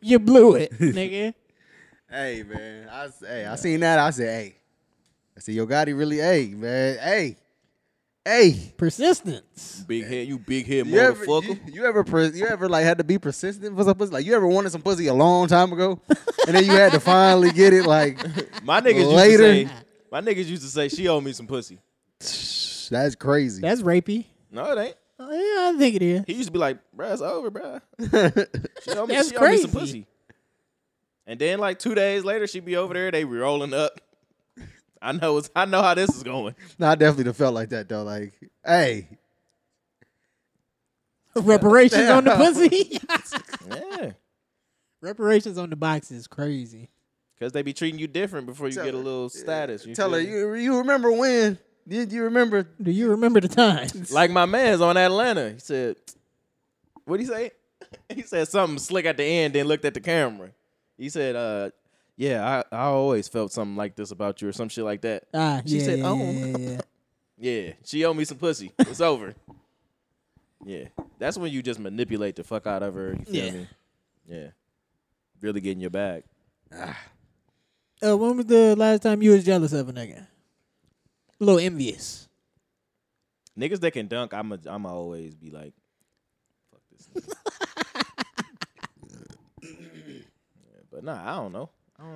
you blew it, nigga.
Hey man, I s- hey, I seen that. I said, hey, I said Yo Gotti really, hey man, hey, hey.
Persistence.
Big head, you big head
You ever,
motherfucker.
you, you ever pers- you ever like had to be persistent for some pussy? Like you ever wanted some pussy a long time ago, and then you had to finally get it. Like
my niggas
Later.
used to say, my niggas used to say she owe me some pussy.
that's crazy.
That's rapey.
No, it ain't.
Oh, yeah, I think it is.
He used to be like, bruh, it's over, bruh. She owe me,
That's
she owe me some
crazy.
pussy. And then like two days later, she'd be over there. They be rolling up. I know. It's, I know how this is going.
no, I definitely done felt like that though. Like, hey,
Reparations on the pussy.
Yeah,
Reparations on the box is crazy.
because they be treating you different before you
Tell
get a
her.
little status. You
tell her
feel me?
you you remember when? Did you remember?
Do you remember the times?
Like my man's on Atlanta. He said, "What would he say?" He said something slick at the end, then looked at the camera. He said, "Uh, yeah, I, I always felt something like this about you, or some shit like that."
Ah,
She
yeah,
said,
yeah,
"Oh."
yeah, yeah.
Yeah, she owe me some pussy. It's over. Yeah, that's when you just manipulate the fuck out of her. You feel
Yeah.
me? Yeah, really getting your bag.
Uh, when was the last time you was jealous of a nigga? A little envious.
Niggas that can dunk, I'm a, I'm always be like, fuck this. nigga. yeah, but nah, I don't know.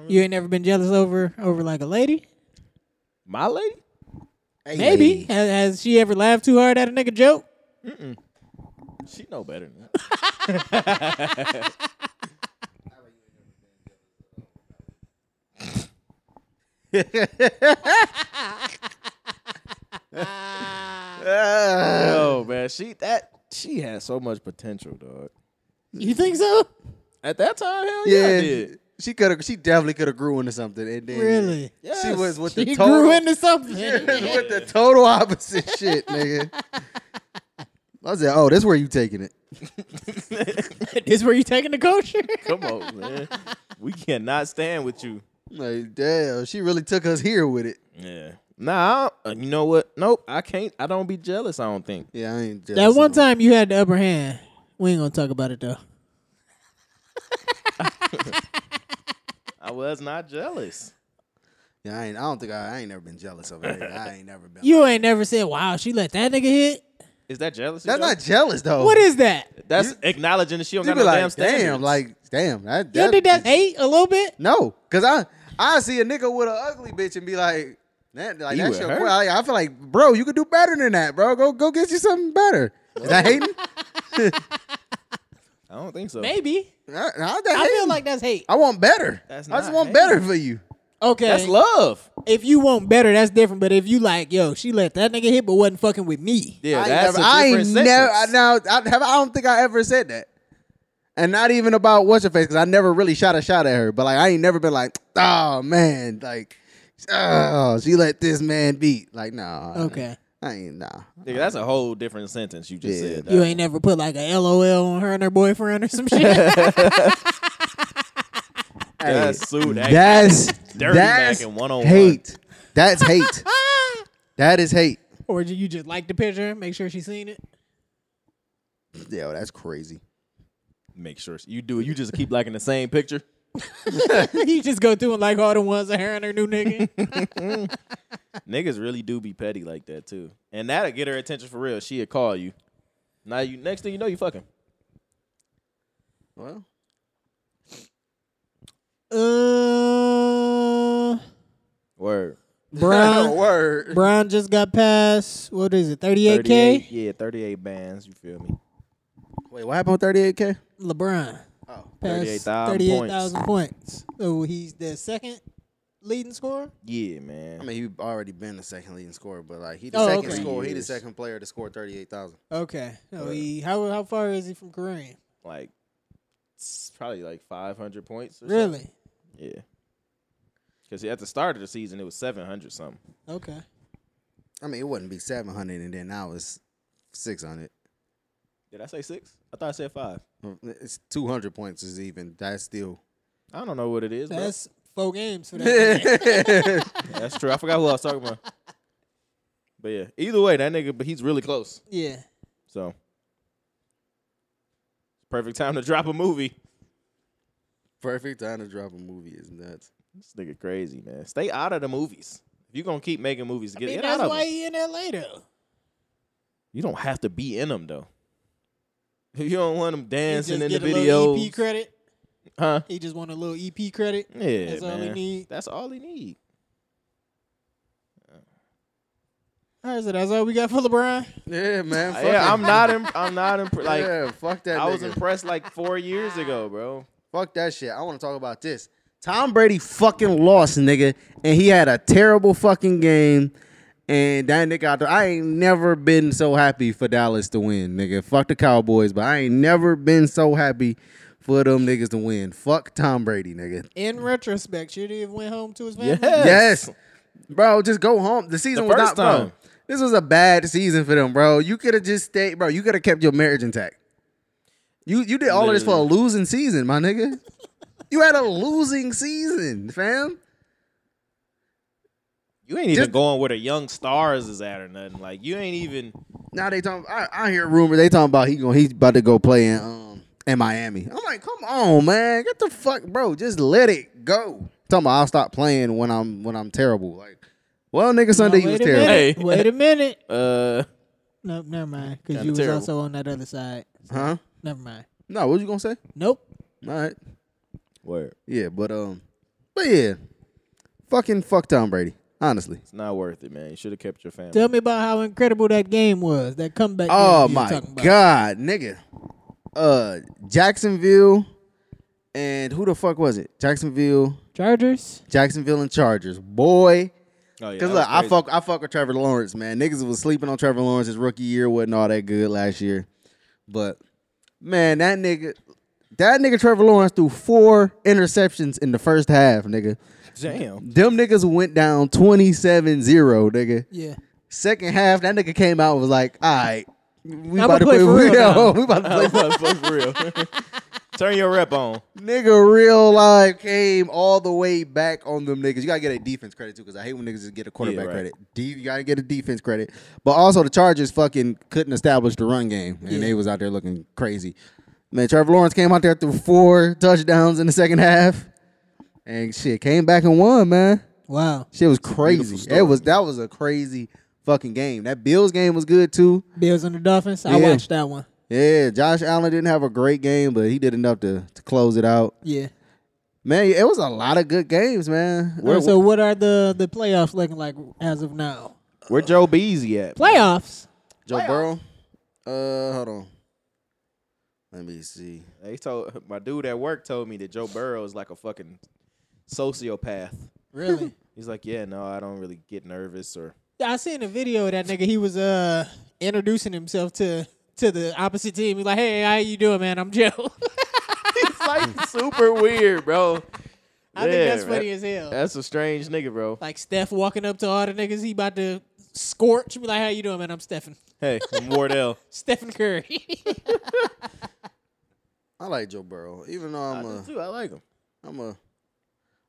You ain't never been jealous over over like a lady?
My lady?
Hey,
Maybe. Has, has she ever laughed too hard at a nigga joke?
She know better than that. oh man, she that she had so much potential, dog.
You think so?
At that time, hell yeah, I
Yeah,
did.
she could have. She definitely could have grew into something. And then
Really?
she
Yes.
was with
She
the total
grew into something.
with the total opposite shit, nigga. I said, oh, that's where you taking it.
this where you taking the culture?
Come on, man. We cannot stand with you.
Like, damn, she really took us here with it.
Yeah. Nah, I don't- you know what? Nope, I can't. I don't be jealous. I don't think.
Yeah, I ain't jealous.
that one
of-
time you had the upper hand. We ain't gonna talk about it though.
I was not jealous.
Yeah, I, ain't, I don't think I, I ain't never been jealous of it. I ain't never been.
You ain't never said, "Wow, she let that nigga hit."
Is that jealousy?
that's
though?
not jealous though.
What is that?
That's acknowledging that she don't
You
got
be
no
like,
damn standards.
damn, like, damn. That,
You don't think that's eight a little bit?
No, cause I I see a nigga with an ugly bitch and be like, that, like
You
that's
with
your
her?
que- I, I feel like, bro, you could do better than that, bro. Go go get you something better. Is that hating?
I don't think so.
Maybe.
I, how's that
I feel
hating?
like that's hate.
I want better.
That's
I just
not
want
hating.
better for you.
Okay.
That's love.
if you want better, that's different. But if you like, yo, she let that nigga hit, but wasn't fucking with me.
Yeah,
I ain't
that's
never,
a
I ain't
different
never. I,
sentence.
now I have. I don't think I ever said that. And not even about what's her face, because I never really shot a shot at her. But like, I ain't never been like, oh man, like, oh, she let this man beat. Like, nah.
Okay.
I ain't nah.
Nigga, that's a whole different sentence you just
Yeah.
said.
You ain't never put like a LOL on her and her boyfriend or some shit.
That's suit action.
That's
Dirty
that's
back in 101.
hate. That's hate. that is hate.
or did you just like the picture, make sure she seen it?
Yo, that's crazy.
Make sure you do it. You just keep liking the same picture.
you just go through and like all the ones of her and her new nigga.
Niggas really do be petty like that too, and that'll get her attention for real. She'll call you. Now you next thing you know you fucking.
Well,
uh,
Word.
Brian,
word.
Brian just got past, what is it, 38K?
Yeah, thirty-eight bands. You feel me?
Wait, what happened with thirty eight k?
LeBron.
Oh,
Past
38,000
38,000 points. So he's the second leading scorer?
Yeah, man.
I mean, he already been the second leading scorer, but like he the
Oh,
second
okay.
scorer. He the
Yes.
second player to score thirty eight thousand.
Okay. So
Right.
he, how, how far is he from Kareem?
like s- probably like five hundred points. Or something.
Really?
Yeah. Because at the start of the season it was seven hundred something.
Okay.
I mean, it wouldn't be seven hundred, and then now it's six hundred.
Did I say six? I thought I said five.
It's two hundred points is even. That's still.
I don't know what it is. bro.
That's four games for that.
yeah,
That's true. I forgot who I was talking about. But yeah, either way, that nigga, but he's really close.
yeah.
So perfect time to drop a movie.
perfect time to drop a movie is nuts.
This nigga crazy, man. Stay out of the movies. If you gonna keep making movies,
I
get
mean,
in out
that's
of
why
them.
he in LA though.
You don't have to be in them though. If you don't want them
He
dancing
just
in the
get a little
videos,
EP credit.
huh?
He just want a little EP credit.
Yeah,
That's all
man.
he need.
That's all he need.
All right, so that's all we got for LeBron.
Yeah, man. Fuck
yeah,
it.
I'm not. Imp- I'm not imp- like
yeah, fuck that.
I was
nigga.
impressed like four years ago, bro.
Fuck that shit. I want to talk about this. Tom Brady fucking lost, nigga, and he had a terrible fucking game. And that nigga out there, I ain't never been so happy for Dallas to win, nigga. Fuck the Cowboys, but I ain't never been so happy for them niggas to win. Fuck Tom Brady, nigga.
In retrospect, should he have went home to his family?
Yes.
Yes. Bro, just go home. The season
The
was not
first
bro.
time.
This was a bad season for them, bro. You could have just stayed, bro. You could have kept your marriage intact. You you did all of this for a losing season, my nigga. you had a losing season, fam.
You ain't even
Just-
going where the young stars is at or nothing. Like you ain't even.
Now they talking. I, I hear rumor they talking about he going he's about to go play in um in Miami. I'm like, come on, man, get the fuck, bro. Just let it go. Talking about I'll stop playing when I'm when I'm terrible. Like, well, nigga,
Now,
Sunday you was
wait a
terrible.
minute.
Hey.
Wait a minute.
Uh,
Nope, never mind. Because
Kinda
you was
terrible.
also on that other side.
Huh?
Never mind.
No, what you gonna say?
Nope.
All right.
word.
Yeah, but um, but yeah, fucking fuck Tom Brady. Honestly.
It's not worth it, man. You should have kept your family.
Tell me about how incredible that game was. That comeback. game
Oh
you were
my
talking about.
god, nigga. Uh, Jacksonville, and who the fuck was it? Jacksonville,
Chargers.
Jacksonville, and Chargers. Boy,
Oh, yeah,
Cause
that
look,
was
I
crazy.
fuck, I fuck with Trevor Lawrence, man. Niggas was sleeping on Trevor Lawrence. His rookie year wasn't all that good last year, but man, that nigga, that nigga Trevor Lawrence threw four interceptions in the first half, nigga.
Damn.
Them niggas went down 27-0, nigga.
Yeah.
Second half, that nigga came out and was like, all right, We
I'ma
about to
play
play,
for real now.
we about to play
for real. Turn your rep on.
Oh.
Nigga, real life came all the way back on them niggas. You gotta get a defense credit too, because I hate when niggas just get a quarterback
right.
credit. D, you gotta get a defense credit, but also the Chargers fucking couldn't establish the run game, and they was out there looking crazy. Man, Trevor Lawrence came out there threw four touchdowns in the second half, and shit came back and won. Man,
Wow.
shit was crazy. It was that was a crazy fucking game. That Bills game was good too.
Bills and the Dolphins. I
Yeah.
watched that one.
Yeah, Josh Allen didn't have a great game, but he did enough to to close it out.
Yeah.
Man, it was a lot of good games, man.
All right, Uh, so what are the the playoffs looking like as of now?
Where Joe Beasy at?
Playoffs.
Joe Burrow. Uh, hold on. Let me see.
They told my dude at work told me that Joe Burrow is like a fucking sociopath.
Really?
He's like, yeah, no, I don't really get nervous or
yeah, I seen a video of that nigga. He was uh introducing himself to to the opposite team. He's like, "Hey, how you doing, man? I'm Joe."
it's like super weird, bro.
I think that's
Yeah,
funny
that-
as hell.
That's a strange nigga, bro.
like Steph walking up to all the niggas, he about to scorch. Be like, "How you doing, man? I'm Stephen.
Hey, I'm Wardell.
Stephen Curry."
I like Joe Burrow, even though I'm a,
Dude, I like him.
I'm a,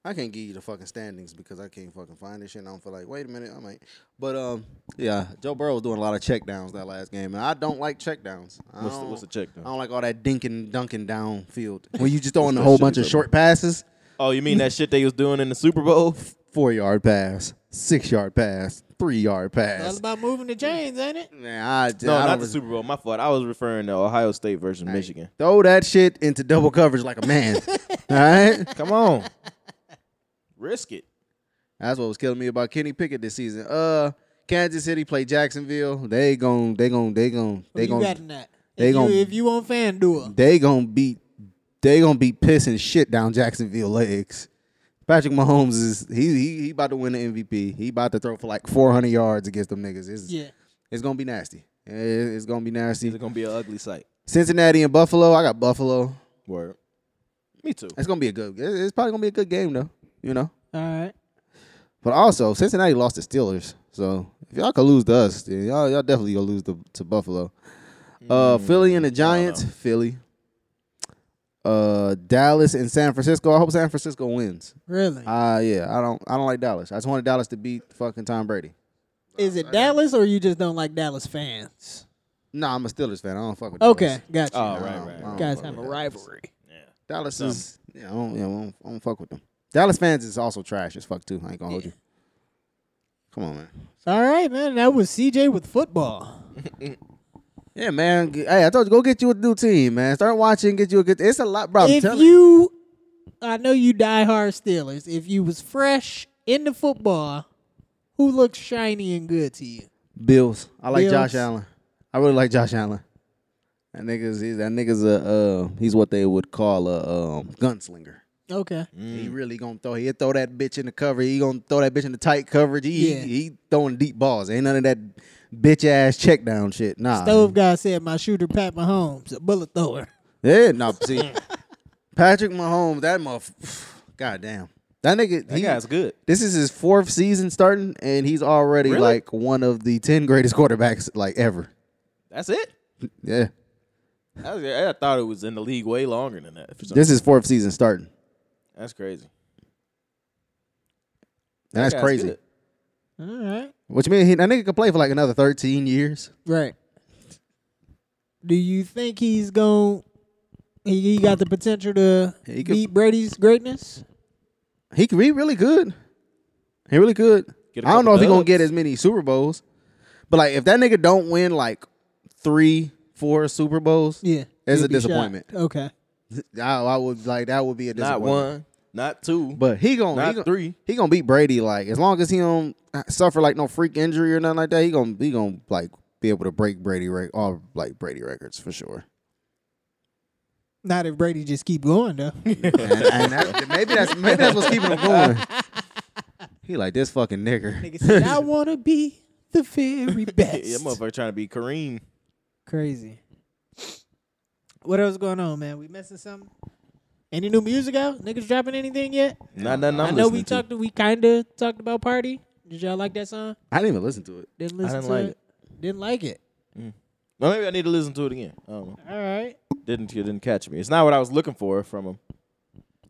I can't give you the fucking standings because I can't fucking find this shit. And I don't feel like, wait a minute, I might. But um, yeah, Joe Burrow was doing a lot of checkdowns that last game, and I don't like checkdowns. I
What's the,
don't-
what's the check
I
though?
don't like all that dinking, dunking downfield. When you just throwing a whole bunch of short passes,
Oh, you mean that shit they was doing in the Super Bowl?
four yard pass, six yard pass, three yard
That's
pass.
about moving the chains, ain't it?
Man, I,
No,
I don't
not the
res-
Super Bowl. My fault. I was referring to Ohio State versus Michigan.
Throw that shit into double coverage like a man. All right.
Come on, risk it.
That's what was killing me about Kenny Pickett this season. Uh, Kansas City play Jacksonville. They gon' they gon' they gon'
Who
they
you got
gon'
in that?
they
if,
gon-
you, if you on FanDuel,
they gon' beat they gon' be pissing shit down Jacksonville legs. Patrick Mahomes is he he he about to win the MVP. He about to throw for like 400 yards against them niggas. It's,
yeah.
it's gonna be nasty. It- It's gonna be
It's
nasty.
gonna be an ugly sight.
Cincinnati and Buffalo. I got Buffalo.
Word. Me too.
It's gonna be a good. it- It's probably gonna be a good game though. You know.
All right.
But also, Cincinnati lost to Steelers, so if y'all could lose to us, then y'all y'all definitely gonna lose to, to Buffalo. Uh,
Mm,
Philly and the Giants, Philly. Uh, Dallas and San Francisco. I hope San Francisco wins.
Really?
Mm.
Uh yeah, I don't I don't like Dallas. I just wanted Dallas to beat fucking Tom Brady.
Is it Dallas or you just don't like Dallas fans?
Nah, I'm a Steelers fan. I don't fuck with. Dallas.
Okay, gotcha.
Oh,
I
right,
don't-
right.
I don't
you guys
fuck
have a
with
rivalry.
Dallas
um,
is yeah. I don't, yeah I, don't, I don't fuck with them. Dallas fans is also trash as fuck too. I ain't gonna hold you. Come on, man.
All right, man. That was CJ with football.
Yeah, man. G- Hey, I told you, go get you a new team, man. Start watching, get you a good. It's a lot, bro. I'm
if
telling
you, I know you die hard Steelers. If you was fresh into football, who looks shiny and good to you?
Bills. I like Josh
Bills.
Allen. I really like Josh Allen. That nigga's he's, that nigga's a uh, he's what they would call a um, gunslinger.
Okay.
He really gonna throw. He throw that bitch in the cover. He gonna throw that bitch in the tight coverage. He
Yeah.
he, he throwing deep balls. Ain't none of that bitch ass check down shit. Nah.
Stove guy said my shooter Pat Mahomes, a bullet thrower.
Yeah. Nah. See, Patrick Mahomes. That motherf God damn. That nigga.
That
he,
guy's good.
This is his fourth season starting, and he's already
Really?
like one of the ten greatest quarterbacks like ever.
That's it.
Yeah,
I, was- I thought it was in the league way longer than that. for some-
this is fourth season starting.
That's crazy.
And that's
That guy's
crazy.
good.
All right.
Which means he, that nigga could play for like another thirteen years.
Right. Do you think he's going? He, he got the potential to
He could-
beat Brady's greatness.
He could be really good. He really could.
Get a
I don't
couple
know if he gonna
dubs.
get as many Super Bowls, but like if that nigga don't win like three, four Super Bowls,
Yeah,
it's
he'll
a
be shocked.
disappointment.
Okay.
I, I would like that would be a
Not
disappointment.
one, not two,
But he gonna
Not
he gonna,
three.
He gonna beat Brady like as long as he don't suffer like no freak injury or nothing like that. He gonna he gonna like be able to break Brady rec- all like Brady records for sure.
Not if Brady just keep going though.
and, and that, maybe that's maybe that's what's keeping him going. He like this fucking nigger.
Nigga said, "I want to be the very best."
Yeah, motherfucker trying to be Kareem.
Crazy. What else going on, man? We missing something? Any new music out? Niggas dropping anything yet?
Not nothing I'm
I know
listening
we
to.
talked. We kind of talked about party. Did y'all like that song?
I didn't even listen to it.
Didn't listen
didn't
to
like
it. Didn't like it.
Well, maybe I need to listen to it again. I don't know.
All right.
Didn't you didn't catch me? It's not what I was looking for from him.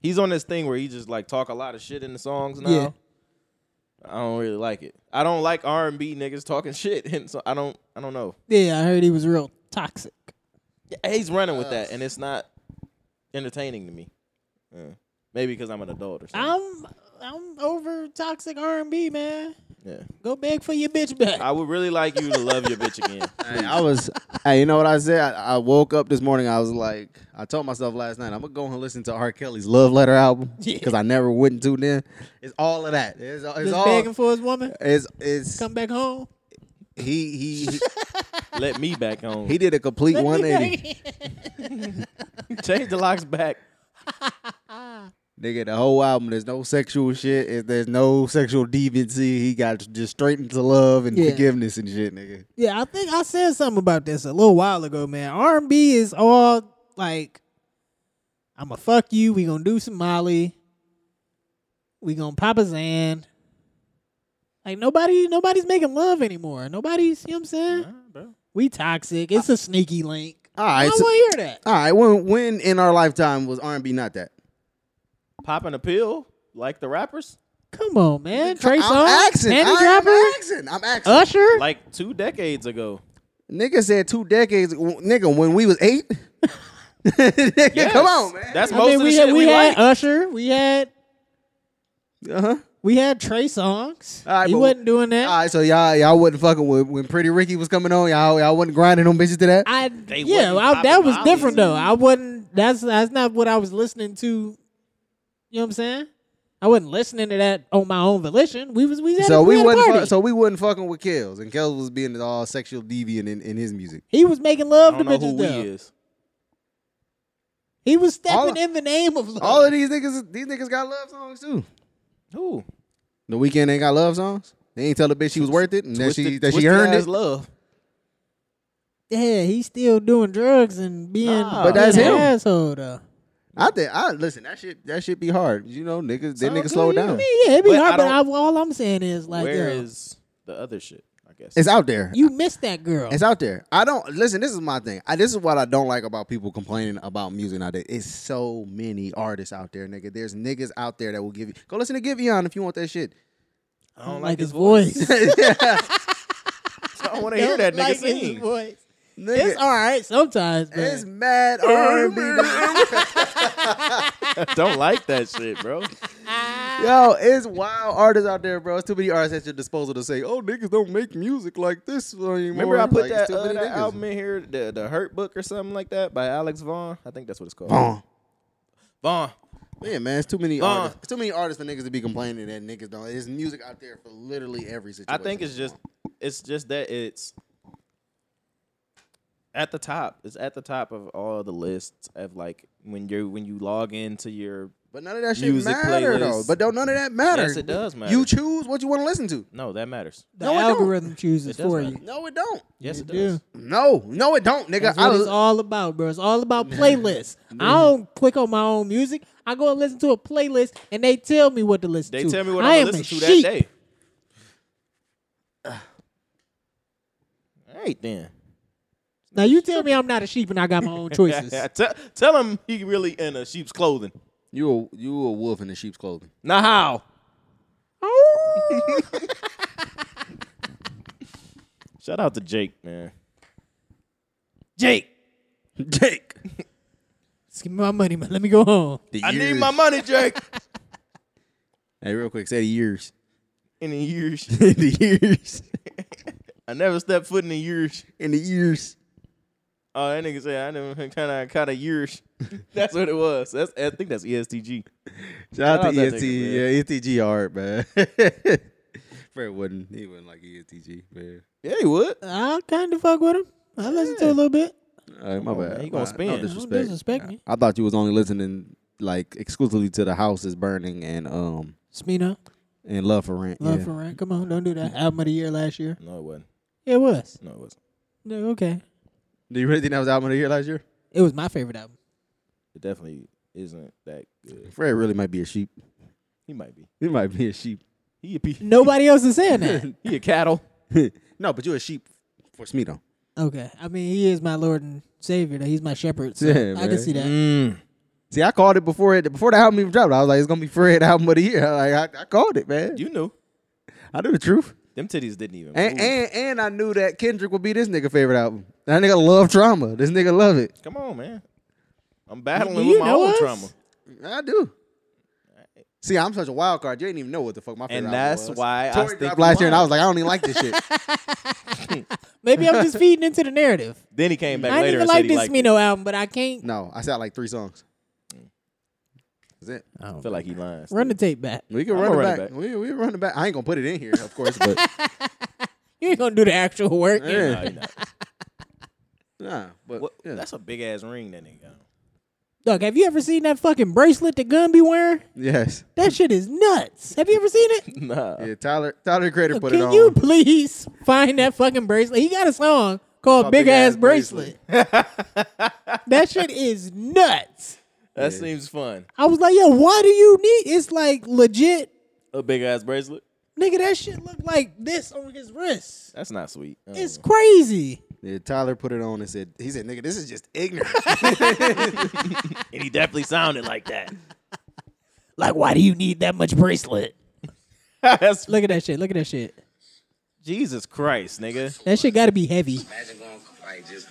He's on this thing where he just like talk a lot of shit in the songs now.
Yeah.
I don't really like it. I don't like R and B niggas talking shit, and so I don't. I don't know.
Yeah, I heard he was real toxic.
Yeah, He's running with that, and it's not entertaining to me. Yeah. Maybe because I'm an adult or something.
I'm I'm over toxic R and B, man.
yeah.
Go beg for your bitch back.
I would really like you to love your bitch again.
Hey, I was, hey, you know what I said? I, I woke up this morning. I was like, I told myself last night, I'm gonna go and listen to R. Kelly's Love Letter album
Yeah.
because I never wouldn't tune in. It's all of that. It's, it's
Just
all.
begging for his woman.
it's it's
Come back home.
he he he-
Let me back on.
he did a complete 180.
Change the locks back.
Nigga, the whole album. There's no sexual shit. it- There's no sexual deviancy. He got just straight into love and
Yeah.
forgiveness and shit, nigga.
Yeah, I think I said something about this a little while ago, man. R and B is all like, I'ma fuck you. We gonna do some Molly. We gonna pop a Zan. Like nobody, nobody's making love anymore. Nobody's, you know what I'm saying? We toxic. It's a sneaky link.
All right,
I
so-
want to hear that.
all right. When when in our lifetime was R and B not that?
Popping a pill like the rappers.
Come on, man. Trey
I'm
Songz,
asking.
Nanny
I am
Dropper,
asking. I'm asking.
Usher.
Like two decades ago.
Nigga said two decades. w- Nigga, when we was eight. Nigga,
Yes.
Come on, man.
That's
I
most
mean,
of the
we
shit
had, we,
we,
had
like.
Usher. We had
uh-huh.
we had Trey Songz.
All right,
he
but-
wasn't doing
All
that.
right, so y'all y'all wasn't fucking with when Pretty Ricky was coming on. Y'all y'all wasn't grinding on bitches to that.
I yeah,
wasn't
I, that
popping
was
mollies.
different though. I wasn't. That's that's not what I was listening to. You know what I'm saying? I wasn't listening to that on my own volition. We was we was at
so
a, we
we
had a
wasn't
party.
fu- so we wasn't fucking with Kells, and Kells was being all sexual deviant in, in his music.
he was making
I
love to
don't know
bitches
who
though.
we is.
He was stepping
All-
in the name of love.
All of these niggas these niggas got love songs too.
Who?
The weekend ain't got love songs. They ain't tell the bitch she was worth it and that she that she earned it.
love.
yeah, he's still doing drugs and being,
Nah.
But that's
being an
him.
asshole though.
I think I listen. That shit that shit be hard. You know, niggas that
Sound
niggas
good,
slow
you
down.
I mean, yeah, it'd be
But
hard,
I
but I,
don't-
all I'm saying is like,
Where
yo,
is the other shit? I guess.
It's out there.
you missed that girl.
It's out there. I don't listen. This is my thing. I, this is what I don't like about people complaining about music nowadays. It's so many artists out there, nigga. There's niggas out there that will give you go listen to Giveon if you want that shit.
I don't
like his voice.
yeah,
I don't want to hear that nigga
like his
sing.
voice.
nigga,
It's all right sometimes, but
it's mad R&B.
don't like that shit, bro.
Yo, it's wild artists out there, bro. It's too many artists at your disposal to say, "Oh, niggas don't make music like this anymore."
Remember I put
Like, it's
that,
too
uh,
many
that
niggas.
album in here, the, the Hurt Book or something like that by Alex Vaughn. I think that's what it's called.
Vaughn.
Vaughn.
Yeah, man, it's too many
Vaughn.
artists. It's too many artists for niggas to be complaining that niggas don't. There's music out there for literally every
I
situation.
think it's just it's just that it's at the top. It's at the top of all the lists of like when you when you log into your
But none of that shit
music
matter though.
playlist.
But don't none of that matter.
Yes, it does matter.
You choose what you want to listen to.
no, that matters.
the
No, it don't.
algorithm chooses
It does
for
matter.
you.
No, it don't.
Yes,
You
it
do.
does.
No, no, it don't, nigga.
That's
I
what it's
li-
all about, bro. It's all about playlists. I don't click on my own music. I go and listen to a playlist, and they tell me what to listen
They
to.
tell me what
I
I'm
am a
gonna listen to
sheep.
that day. All right then.
Now you tell me I'm not a sheep and I got my own choices.
tell, tell him he really in a sheep's clothing.
you a you a wolf in the sheep's clothing.
Now how?
Oh,
Shout out to Jake, man. Jake,
Jake,
Just give me my money, man. Let me go home.
the
I need
years.
my money, Jake.
Hey, real quick, say the years.
in the years,
the years.
I never stepped foot in the years.
In the years.
Oh, that nigga said I never kind of caught a years. That's what it was. That's I think that's E ESTG.
Shout, out to
that
EST.
nigga,
yeah, E
man.
ESTG hard, man. Fred wouldn't. He wouldn't like E ESTG, man.
Yeah, he would.
I kind of fuck with him. I listen to a little bit.
All right, my
Oh,
on,
bad.
man. He gonna
Nah,
spin.
No
Don't
disrespect.
Don't disrespect me.
I thought you was only listening like exclusively to the house is burning and um
Smino,
and love for rent.
Love
yeah.
for Rent. Come on, don't do that. Album of the year last year.
No, it wasn't.
It was.
No, it wasn't.
No, okay.
Do you really think that was album of the year last year?
It was my favorite album.
It definitely isn't that good.
Fred really might be a sheep.
He might be.
He might be a sheep.
He a pe-
Nobody else is saying that.
he a cattle.
no, but you're a sheep for Smito.
Okay. I mean, he is my Lord and Savior. Though. He's my shepherd. So
Yeah,
I
man.
can see that.
Mm.
See, I called it before it before the album even dropped. I was like, it's gonna be Fred album of the year. Like I, I called it, man.
You knew.
I knew the truth.
Them titties didn't even.
And,
move.
and and I knew that Kendrick would be this nigga favorite album. That nigga love trauma. This nigga love it.
Come on, man. I'm battling
Do
with
you
my
know
own
us?
trauma.
I do. See, I'm such a wild card. You didn't even know what the fuck my favorite
And
album
that's
was.
why I
Tory
think
dropped last year, and I was like, I don't even like this shit.
Maybe I'm just feeding into the narrative.
Then he came back
I didn't
later
even
and said
like
he
this
liked it.
Mino album, but I can't
No, I said I like three songs. That's it.
I feel like he lying.
run the tape back.
We can
Uh, I'm
run it
gonna
back.
run it back.
We we can run it back. I ain't gonna put it in here, of course, but
You ain't gonna do the actual work.
yeah.
No, he not.
nah, but
What-
yeah.
That's a big ass ring that nigga. got.
Dog, have you ever seen that fucking bracelet that Gun be wearing?
yes.
That shit is nuts. Have you ever seen it?
Nah.
Yeah, Tyler Tyler the Creator put it
Can
on.
you please find that fucking bracelet? He got a song called
Called
Big,
Big
Ass,
Ass
Bracelet. that shit is nuts.
That seems fun.
I was like, yo, why do you need? It's like legit,
A big ass bracelet.
nigga. That shit look like this on his wrist.
That's not sweet. Uh. I don't
It's
know.
crazy.
Yeah, Tyler put it on and said, he said, nigga, this is just ignorant.
and he definitely sounded like that.
Like, why do you need that much bracelet?
That's
Look at that shit. Look at that shit.
Jesus Christ, nigga.
That shit got to be heavy.
Imagine going like just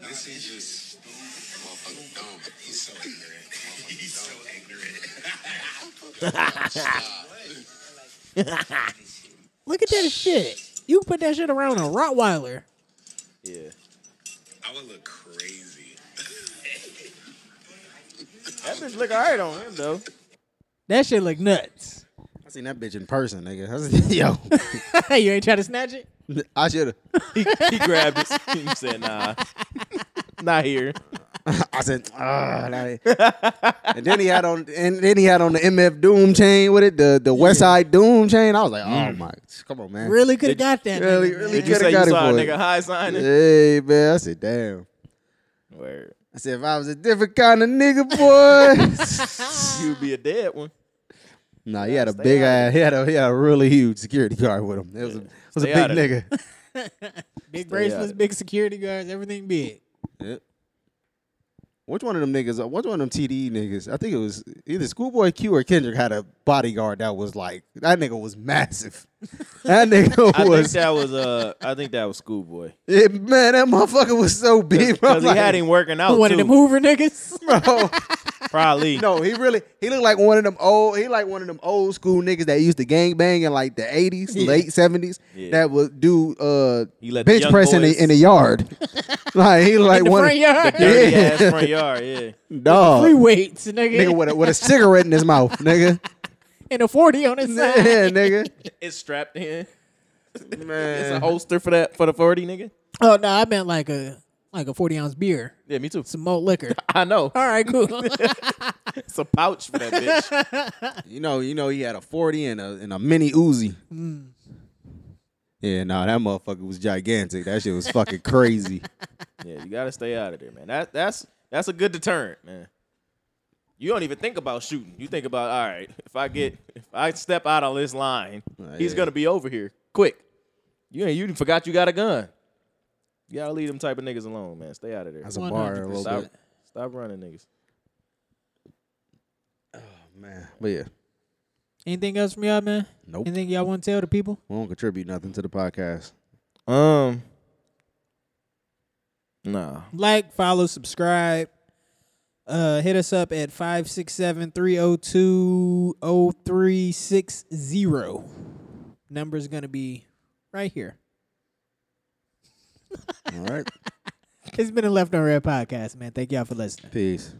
this is just motherfucking dumb. He's so ignorant. He's so ignorant.
Look at that shit. You can put that shit around a Rottweiler.
Yeah.
I would look crazy.
That bitch look alright on him though.
That shit look nuts.
I seen that bitch in person, nigga. I was like,
you ain't trying to snatch it?
yo, I should have.
He, he grabbed it. He said, nah. not here.
I said, ah, not it." and then he had on, and then he had on the MF Doom chain with it, the the West Side Doom chain. I was like, oh
Mm.
my, come on, man.
Really could have got that.
Really,
nigga,
really
man.
Did you
coulda
say you
got it
saw a
for
nigga high signing?
Hey man, I said, damn.
Word.
I said, if I was a different kind of nigga, boy.
He would be a dead one.
nah, he had a
Stay
big
out of
ass. He had a he had a really huge security guard with him. It was a, it was a
Stay
big
out of it.
nigga.
Big
out of
bracelets,
it.
big security guards, everything big.
Which one of them niggas? Which one of them TDE niggas? I think it was either Schoolboy Q or Kendrick had a bodyguard that was like that nigga was massive. That nigga
I think
was
that was uh I think that was schoolboy.
Yeah, man. That motherfucker was so big, bro.
Because he
Like,
had him working
Oh,
out.
One
too.
of them Hoover niggas.
bro.
Probably.
No, he really he looked like one of them old. He like one of them old school niggas that used to gang bang in like the eighties, late seventies.
Yeah.
That would do uh
You let the
bench
young
press in the
boys-
in the yard. like he like
the
one
front yard.
Dirty
Yeah.
ass front yard, yeah.
dog.
Three weights, nigga.
Nigga with a, with a cigarette in his mouth, nigga.
and a 40 on his side.
Yeah, nigga.
It's strapped in. It's a
Man.
holster for that for the forty nigga.
Oh, no, I meant like a like a 40 ounce beer,
Yeah, me too.
some malt liquor.
I know.
All right, cool.
It's a pouch for that bitch.
You know, you know, he had a forty and a and a mini Uzi. Yeah, nah, that motherfucker was gigantic. That shit was fucking crazy.
yeah, you gotta stay out of there, man. That that's that's a good deterrent, man. You don't even think about shooting. You think about all right. If I get if I step out on this line,
Oh,
he's
yeah.
gonna be over here quick. You ain't you forgot you got a gun. You gotta leave them type of niggas alone, man. Stay out of there.
That's a bar a little
Stop,
bit,
stop running, niggas.
man. But yeah,
Anything else from y'all, man?
nope.
Anything y'all want to tell the people?
We don't contribute nothing to the podcast.
Um. Nah.
like, follow, subscribe. Uh, hit us up at 567-302-0360. Number's gonna be right here.
All right,
It's been a Left on Red podcast, man. Thank y'all for listening.
peace.